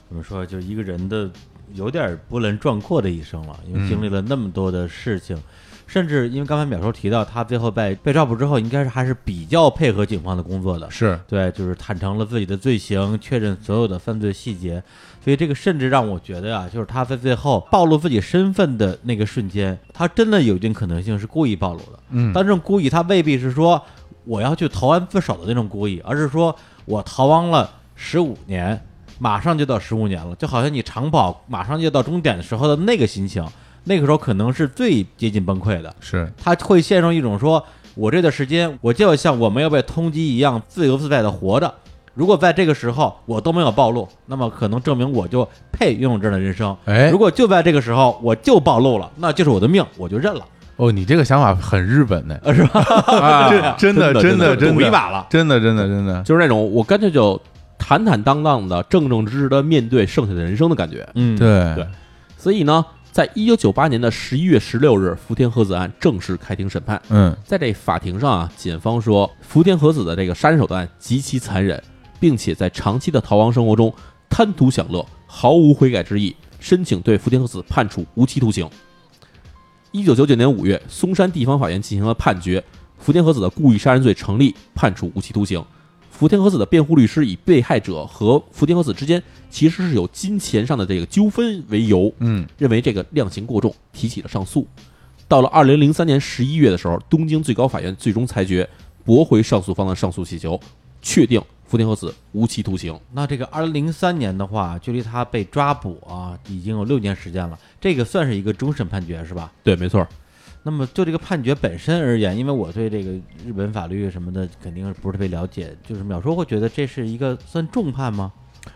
[SPEAKER 2] 怎么说，就一个人的有点波澜壮阔的一生了，因为经历了那么多的事情，甚至因为刚才淼叔提到，他最后被被抓捕之后，应该是还是比较配合警方的工作的。
[SPEAKER 3] 是
[SPEAKER 2] 对，就是坦诚了自己的罪行，确认所有的犯罪细节，所以这个甚至让我觉得啊，就是他在最后暴露自己身份的那个瞬间，他真的有一定可能性是故意暴露的。嗯，但这种故意他未必是说我要去投案自首的那种故意，而是说我逃亡了十五年，马上就到十五年了，就好像你长跑马上就到终点的时候的那个心情，那个时候可能是最接近崩溃的。
[SPEAKER 3] 是，
[SPEAKER 2] 他会陷入一种说，我这段时间我就要像我没有被通缉一样自由自在的活着。如果在这个时候我都没有暴露，那么可能证明我就配拥有这样的人生。
[SPEAKER 3] 哎
[SPEAKER 2] 如果就在这个时候我就暴露了，那就是我的命，我就认了，
[SPEAKER 3] 哦，你这个想法很日本呢，
[SPEAKER 2] 呃是吧？
[SPEAKER 3] 啊，真的
[SPEAKER 1] 真的
[SPEAKER 3] 的真
[SPEAKER 2] 赌
[SPEAKER 3] 的
[SPEAKER 2] 一把了。
[SPEAKER 3] 真的真的真的，
[SPEAKER 1] 就是那种我干脆就坦坦荡荡的、正正直直的面对剩下的人生的感觉。
[SPEAKER 2] 嗯，
[SPEAKER 3] 对
[SPEAKER 1] 对所以呢，在一九九八年的十一月十六日，福田和子案正式开庭审判。
[SPEAKER 3] 嗯
[SPEAKER 1] 在这法庭上啊，检方说福田和子的这个杀人手段极其残忍，并且在长期的逃亡生活中贪图享乐，毫无悔改之意，申请对福田和子判处无期徒刑。一九九九年五月，松山地方法院进行了判决，福田和子的故意杀人罪成立，判处无期徒刑。福田和子的辩护律师以被害者和福田和子之间其实是有金钱上的这个纠纷为由，
[SPEAKER 3] 嗯
[SPEAKER 1] 认为这个量刑过重，提起了上诉。到了二零零三年十一月的时候，东京最高法院最终裁决驳回上诉方的上诉请求，确定福田和子无期徒刑。
[SPEAKER 2] 那这个二零零三年的话，距离他被抓捕啊，已经有六年时间了。这个算是一个终审判决是吧？
[SPEAKER 1] 对，没错，
[SPEAKER 2] 那么就这个判决本身而言，因为我对这个日本法律什么的肯定是不是特别了解，就是秒叔会觉得这是一个算重判吗？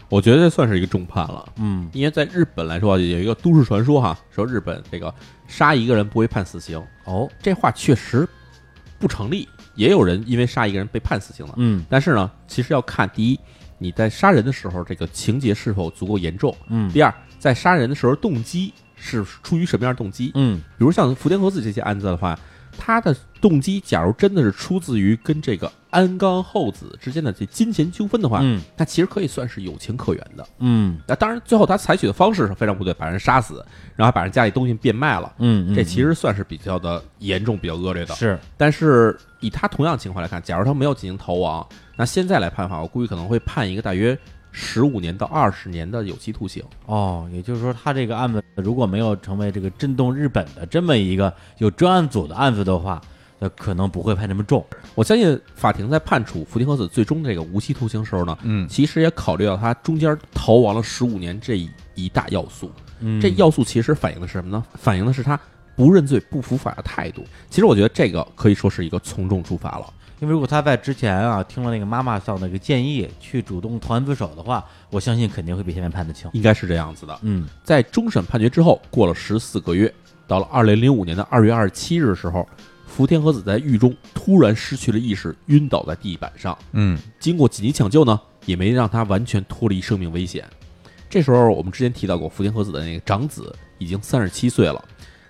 [SPEAKER 1] 我觉得这算是一个重判了。
[SPEAKER 2] 嗯，
[SPEAKER 1] 因为在日本来说，有一个都市传说哈，说日本这个杀一个人不会判死刑，
[SPEAKER 2] 哦，
[SPEAKER 1] 这话确实不成立。也有人因为杀一个人被判死刑了，
[SPEAKER 2] 嗯
[SPEAKER 1] 但是呢，其实要看第一，你在杀人的时候这个情节是否足够严重；
[SPEAKER 2] 嗯
[SPEAKER 1] 第二，在杀人的时候动机是出于什么样的动机。
[SPEAKER 2] 嗯
[SPEAKER 1] 比如像福田和子这些案子的话，他的动机假如真的是出自于跟这个安冈厚子之间的这金钱纠纷的话，
[SPEAKER 2] 嗯
[SPEAKER 1] 那其实可以算是有情可原的。
[SPEAKER 2] 嗯
[SPEAKER 1] 那当然，最后他采取的方式是非常不对，把人杀死，然后还把人家里东西变卖了，
[SPEAKER 2] 嗯，
[SPEAKER 1] 这其实算是比较的严重、比较恶劣的。
[SPEAKER 2] 是
[SPEAKER 1] 但是以他同样情况来看，假如他没有进行逃亡，那现在来判的话，我估计可能会判一个大约十五年到二十年的有期徒刑。
[SPEAKER 2] 哦，也就是说，他这个案子如果没有成为这个震动日本的这么一个有专案组的案子的话，那可能不会判这么重。
[SPEAKER 1] 我相信法庭在判处福田和子最终这个无期徒刑时候呢，
[SPEAKER 3] 嗯
[SPEAKER 1] 其实也考虑到他中间逃亡了十五年这一大要素。
[SPEAKER 2] 嗯
[SPEAKER 1] 这要素其实反映的是什么呢？反映的是他不认罪、不服法的态度。其实我觉得这个可以说是一个从重处罚了。
[SPEAKER 2] 因为如果他在之前啊听了那个妈妈桑的一个建议，去主动投案自首的话，我相信肯定会比现在判的轻。
[SPEAKER 1] 应该是这样子的。
[SPEAKER 2] 嗯
[SPEAKER 1] 在终审判决之后，过了十四个月，到了二零零五年的二月二十七日的时候，福田和子在狱中突然失去了意识，晕倒在地板上。
[SPEAKER 3] 嗯
[SPEAKER 1] 经过紧急抢救呢，也没让他完全脱离生命危险。这时候，我们之前提到过，福田和子的那个长子已经三十七岁了，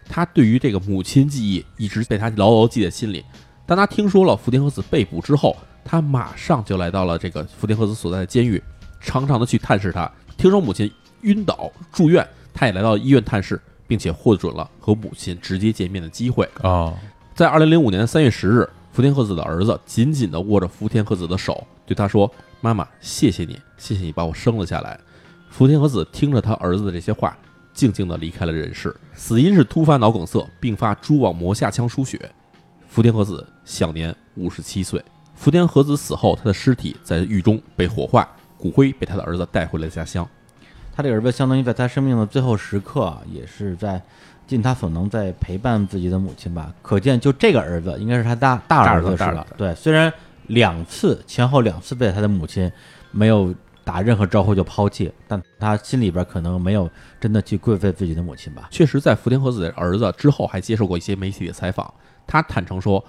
[SPEAKER 1] 他对于这个母亲记忆一直被他牢牢记在心里。当他听说了福田和子被捕之后，他马上就来到了这个福田和子所在的监狱，常常的去探视他。听说母亲晕倒住院，他也来到医院探视，并且获准了和母亲直接见面的机会。
[SPEAKER 3] 哦，
[SPEAKER 1] 在二零零五年三月十日，福田和子的儿子紧紧地握着福田和子的手，对他说：“妈妈，谢谢你，谢谢你把我生了下来。”福田和子听着他儿子的这些话，静静地离开了人世。死因是突发脑梗塞，并发蛛网膜下腔出血。福田和子享年五十七岁。福田和子死后，他的尸体在狱中被火化，骨灰被他的儿子带回了家乡。
[SPEAKER 2] 他这个儿子相当于在他生命的最后时刻啊，也是在尽他所能在陪伴自己的母亲吧。可见，就这个儿子应该是他大大
[SPEAKER 1] 大
[SPEAKER 2] 儿
[SPEAKER 1] 儿
[SPEAKER 2] 子
[SPEAKER 1] 子
[SPEAKER 2] 是
[SPEAKER 1] 大
[SPEAKER 2] 了
[SPEAKER 1] 儿子。
[SPEAKER 2] 对，虽然两次前后两次被他的母亲没有打任何招呼就抛弃，但他心里边可能没有真的去跪拜自己的母亲吧。
[SPEAKER 1] 确实，在福田和子的儿子之后，还接受过一些媒体的采访。他坦诚说，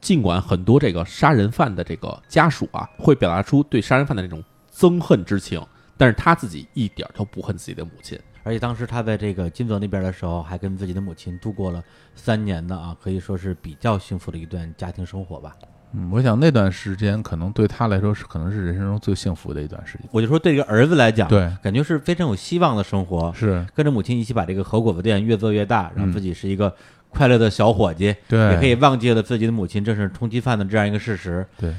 [SPEAKER 1] 尽管很多这个杀人犯的这个家属啊，会表达出对杀人犯的这种憎恨之情，但是他自己一点儿都不恨自己的母亲。
[SPEAKER 2] 而且当时他在这个金泽那边的时候，还跟自己的母亲度过了三年的啊，可以说是比较幸福的一段家庭生活吧。
[SPEAKER 3] 嗯，我想那段时间可能对他来说是可能是人生中最幸福的一段时间。
[SPEAKER 2] 我就说对这个儿子来讲，
[SPEAKER 3] 对，
[SPEAKER 2] 感觉是非常有希望的生活，
[SPEAKER 3] 啊是
[SPEAKER 2] 跟着母亲一起把这个和果子店越做越大，让
[SPEAKER 3] 嗯
[SPEAKER 2] 自己是一个快乐的小伙计，
[SPEAKER 3] 对
[SPEAKER 2] 也可以忘记了自己的母亲正是通缉犯的这样一个事实。
[SPEAKER 3] 对，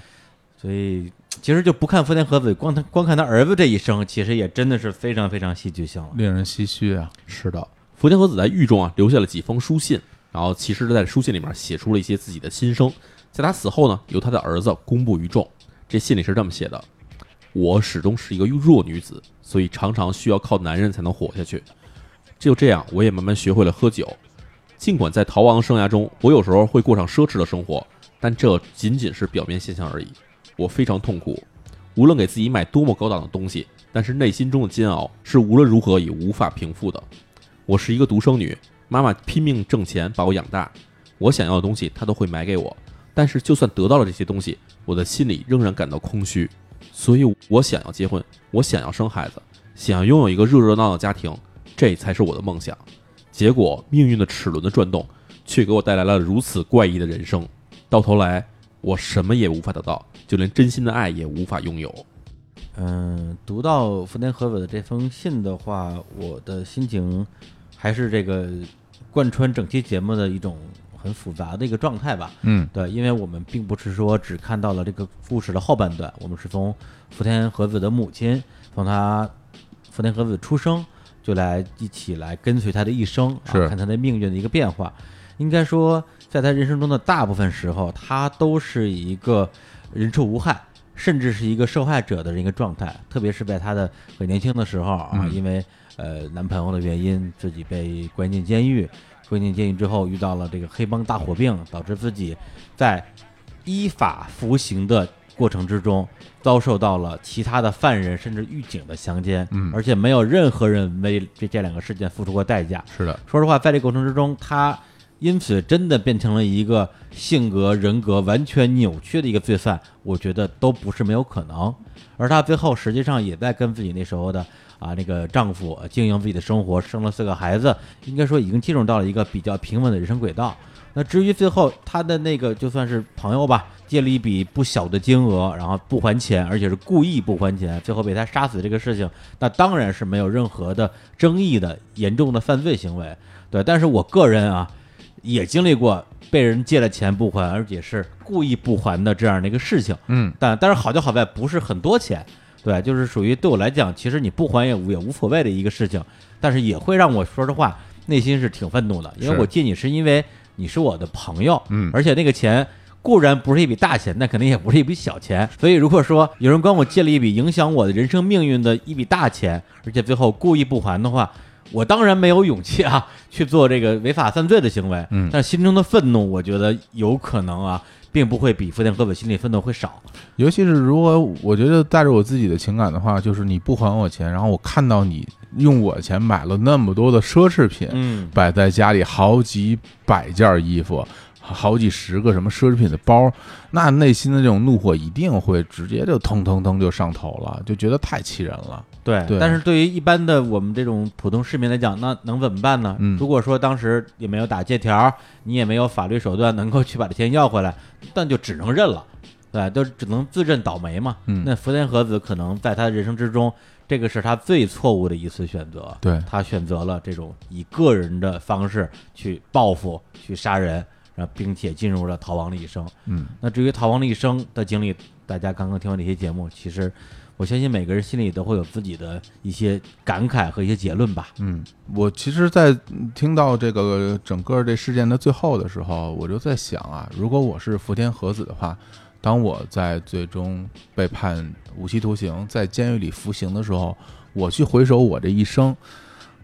[SPEAKER 2] 所以其实就不看福田和子，光他光看他儿子这一生，其实也真的是非常非常戏剧性了。
[SPEAKER 3] 令人唏嘘啊。
[SPEAKER 1] 是的，福田和子在狱中啊留下了几封书信，然后其实在书信里面写出了一些自己的心声。在他死后呢，由他的儿子公布于众。这信里是这么写的：我始终是一个弱女子，所以常常需要靠男人才能活下去。就这样，我也慢慢学会了喝酒。尽管在逃亡的生涯中，我有时候会过上奢侈的生活，但这仅仅是表面现象而已。我非常痛苦，无论给自己买多么高档的东西，但是内心中的煎熬是无论如何也无法平复的。我是一个独生女，妈妈拼命挣钱把我养大，我想要的东西她都会买给我，但是就算得到了这些东西，我的心里仍然感到空虚，所以我想要结婚，我想要生孩子，想要拥有一个热热闹闹的家庭，这才是我的梦想。结果命运的齿轮的转动，却给我带来了如此怪异的人生，到头来我什么也无法得到，就连真心的爱也无法拥有。
[SPEAKER 2] 嗯，读到福田和子的这封信的话，我的心情还是这个贯穿整期节目的一种很复杂的一个状态吧。
[SPEAKER 3] 嗯
[SPEAKER 2] 对，因为我们并不是说只看到了这个故事的后半段，我们是从福田和子的母亲，从她福田和子出生就来一起来跟随她的一生，啊、
[SPEAKER 3] 是
[SPEAKER 2] 看她的命运的一个变化。应该说，在她人生中的大部分时候，她都是一个人畜无害，甚至是一个受害者的一个状态，特别是在她的很年轻的时候啊，
[SPEAKER 3] 嗯
[SPEAKER 2] 因为呃男朋友的原因，自己被关进监狱，关进监狱之后遇到了这个黑帮大火并，导致自己在依法服刑的过程之中，遭受到了其他的犯人甚至狱警的强奸，
[SPEAKER 3] 嗯
[SPEAKER 2] 而且没有任何人为这这两个事件付出过代价，
[SPEAKER 3] 是的，
[SPEAKER 2] 说实话，在这个过程之中，他因此真的变成了一个性格、人格完全扭曲的一个罪犯，我觉得都不是没有可能。而她最后实际上也在跟自己那时候的啊那个丈夫呃经营自己的生活，生了四个孩子，应该说已经进入到了一个比较平稳的人生轨道。那至于最后她的那个就算是朋友吧，借了一笔不小的金额，然后不还钱，而且是故意不还钱，最后被他杀死这个事情，那当然是没有任何的争议的严重的犯罪行为。对，但是我个人啊，也经历过被人借了钱不还，而且是故意不还的这样的一个事情。
[SPEAKER 3] 嗯，
[SPEAKER 2] 但但是好就好在不是很多钱，对，就是属于对我来讲，其实你不还也无也无所谓的一个事情，但是也会让我说实话，内心是挺愤怒的，因为
[SPEAKER 3] 是
[SPEAKER 2] 我借你是因为你是我的朋友，
[SPEAKER 3] 嗯
[SPEAKER 2] 而且那个钱。固然不是一笔大钱，但肯定也不是一笔小钱。所以，如果说有人管我借了一笔影响我的人生命运的一笔大钱，而且最后故意不还的话，我当然没有勇气啊去做这个违法犯罪的行为。
[SPEAKER 3] 嗯
[SPEAKER 2] 但心中的愤怒，我觉得有可能啊，并不会比福建和本心里愤怒会少。
[SPEAKER 3] 尤其是如果我觉得带着我自己的情感的话，就是你不还我钱，然后我看到你用我的钱买了那么多的奢侈品，
[SPEAKER 2] 嗯，
[SPEAKER 3] 摆在家里好几百件衣服，好几十个什么奢侈品的包，那内心的这种怒火一定会直接就腾腾腾就上头了，就觉得太气人了。
[SPEAKER 2] 对，
[SPEAKER 3] 对
[SPEAKER 2] 但是对于一般的我们这种普通市民来讲，那能怎么办呢？
[SPEAKER 3] 嗯
[SPEAKER 2] 如果说当时也没有打借条，你也没有法律手段能够去把这钱要回来，但就只能认了，对，就只能自认倒霉嘛。
[SPEAKER 3] 嗯
[SPEAKER 2] 那福田和子可能在他人生之中，这个是他最错误的一次选择。
[SPEAKER 3] 对
[SPEAKER 2] 他选择了这种以个人的方式去报复、去杀人，然后并且进入了逃亡的一生。
[SPEAKER 3] 嗯，
[SPEAKER 2] 那至于逃亡的一生的经历，大家刚刚听完这些节目，其实我相信每个人心里都会有自己的一些感慨和一些结论吧。
[SPEAKER 3] 嗯，我其实，在听到这个整个这事件的最后的时候，我就在想啊，如果我是福田和子的话，当我在最终被判无期徒刑，在监狱里服刑的时候，我去回首我这一生，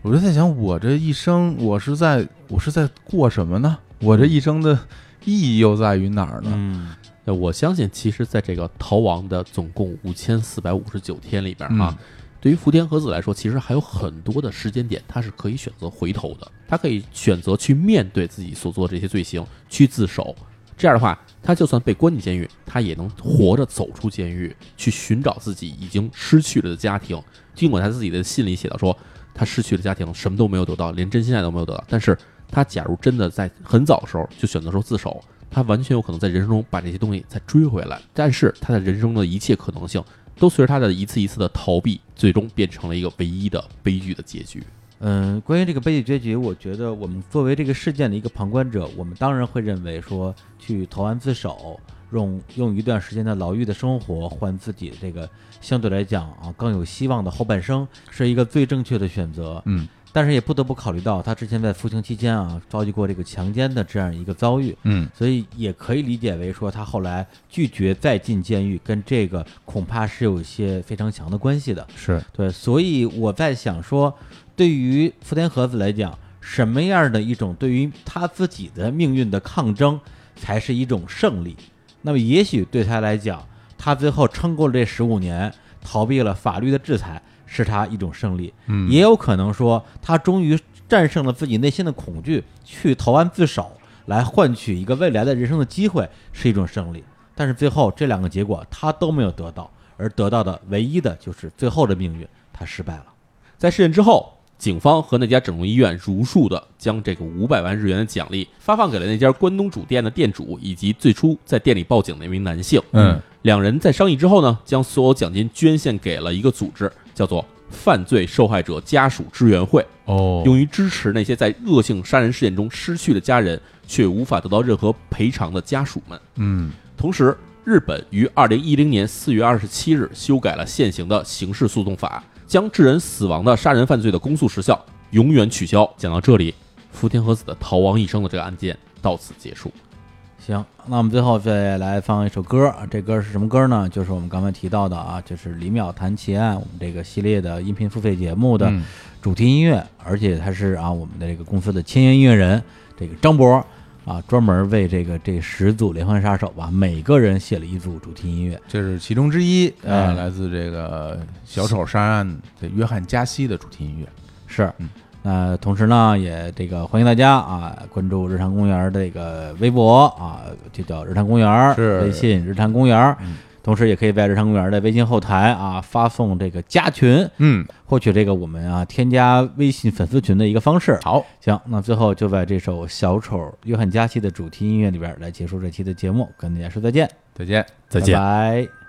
[SPEAKER 3] 我就在想，我这一生，我是在我是在过什么呢？我这一生的意义又在于哪儿呢？
[SPEAKER 2] 嗯
[SPEAKER 1] 呃我相信，其实在这个逃亡的总共五千四百五十九天里边
[SPEAKER 3] 嗯
[SPEAKER 1] 啊，对于福田和子来说，其实还有很多的时间点，他是可以选择回头的，他可以选择去面对自己所做的这些罪行，去自首。这样的话，他就算被关进监狱，他也能活着走出监狱，去寻找自己已经失去了的家庭。尽管他自己的信里写到说，他失去了家庭，什么都没有得到，连真心爱都没有得到，但是他假如真的在很早的时候就选择说自首，他完全有可能在人生中把这些东西再追回来。但是他的人生的一切可能性，都随着他的一次一次的逃避，最终变成了一个唯一的悲剧的结局。
[SPEAKER 2] 嗯，关于这个悲剧结局，我觉得我们作为这个事件的一个旁观者，我们当然会认为说，去投案自首，用用一段时间的牢狱的生活换自己这个相对来讲啊更有希望的后半生，是一个最正确的选择。
[SPEAKER 3] 嗯
[SPEAKER 2] 但是也不得不考虑到他之前在服刑期间啊遭遇过这个强奸的这样一个遭遇，
[SPEAKER 3] 嗯
[SPEAKER 2] 所以也可以理解为说，他后来拒绝再进监狱，跟这个恐怕是有一些非常强的关系的。
[SPEAKER 3] 是
[SPEAKER 2] 对，所以我在想说，对于福田和子来讲，什么样的一种对于他自己的命运的抗争，才是一种胜利？那么，也许对他来讲，他最后撑过了这十五年，逃避了法律的制裁，是他一种胜利。
[SPEAKER 3] 嗯
[SPEAKER 2] 也有可能说，他终于战胜了自己内心的恐惧，去投案自首，来换取一个未来的人生的机会，是一种胜利。但是最后这两个结果他都没有得到，而得到的唯一的就是最后的命运，他失败了。
[SPEAKER 1] 在事件之后，警方和那家整容医院如数的将这个五百万日元的奖励发放给了那家关东煮店的店主以及最初在店里报警的那名男性。
[SPEAKER 3] 嗯
[SPEAKER 1] 两人在商议之后呢，将所有奖金捐献给了一个组织，叫做犯罪受害者家属支援会，
[SPEAKER 3] 哦
[SPEAKER 1] 用于支持那些在恶性杀人事件中失去了家人却无法得到任何赔偿的家属们。
[SPEAKER 3] 嗯
[SPEAKER 1] 同时，日本于二零一零年四月二十七日修改了现行的刑事诉讼法，将致人死亡的杀人犯罪的公诉时效永远取消。讲到这里，福田和子的逃亡一生的这个案件到此结束。
[SPEAKER 2] 行，那我们最后再来放一首歌，这歌是什么歌呢？就是我们刚才提到的啊，就是李淼谈奇案我们这个系列的音频付费节目的
[SPEAKER 3] 嗯
[SPEAKER 2] 主题音乐，而且他是啊我们的这个公司的签约音乐人，这个张博啊，专门为这个这十组连环杀手吧，每个人写了一组主题音乐。
[SPEAKER 3] 这是其中之一，呃，
[SPEAKER 2] 哎
[SPEAKER 3] 来自这个小丑杀人案的约翰加西的主题音乐。
[SPEAKER 2] 是
[SPEAKER 3] 嗯，
[SPEAKER 2] 那同时呢，也这个欢迎大家啊关注日坛公园的这个微博啊，就叫日坛公园，
[SPEAKER 3] 是嗯
[SPEAKER 2] 微信日坛公园。同时，也可以在日坛公园的微信后台啊发送这个加群，
[SPEAKER 3] 嗯，
[SPEAKER 2] 获取这个我们啊添加微信粉丝群的一个方式。
[SPEAKER 3] 好，
[SPEAKER 2] 行，那最后就在这首《小丑约翰加西》的主题音乐里边来结束这期的节目，跟大家说再见，
[SPEAKER 3] 再见。
[SPEAKER 2] 拜拜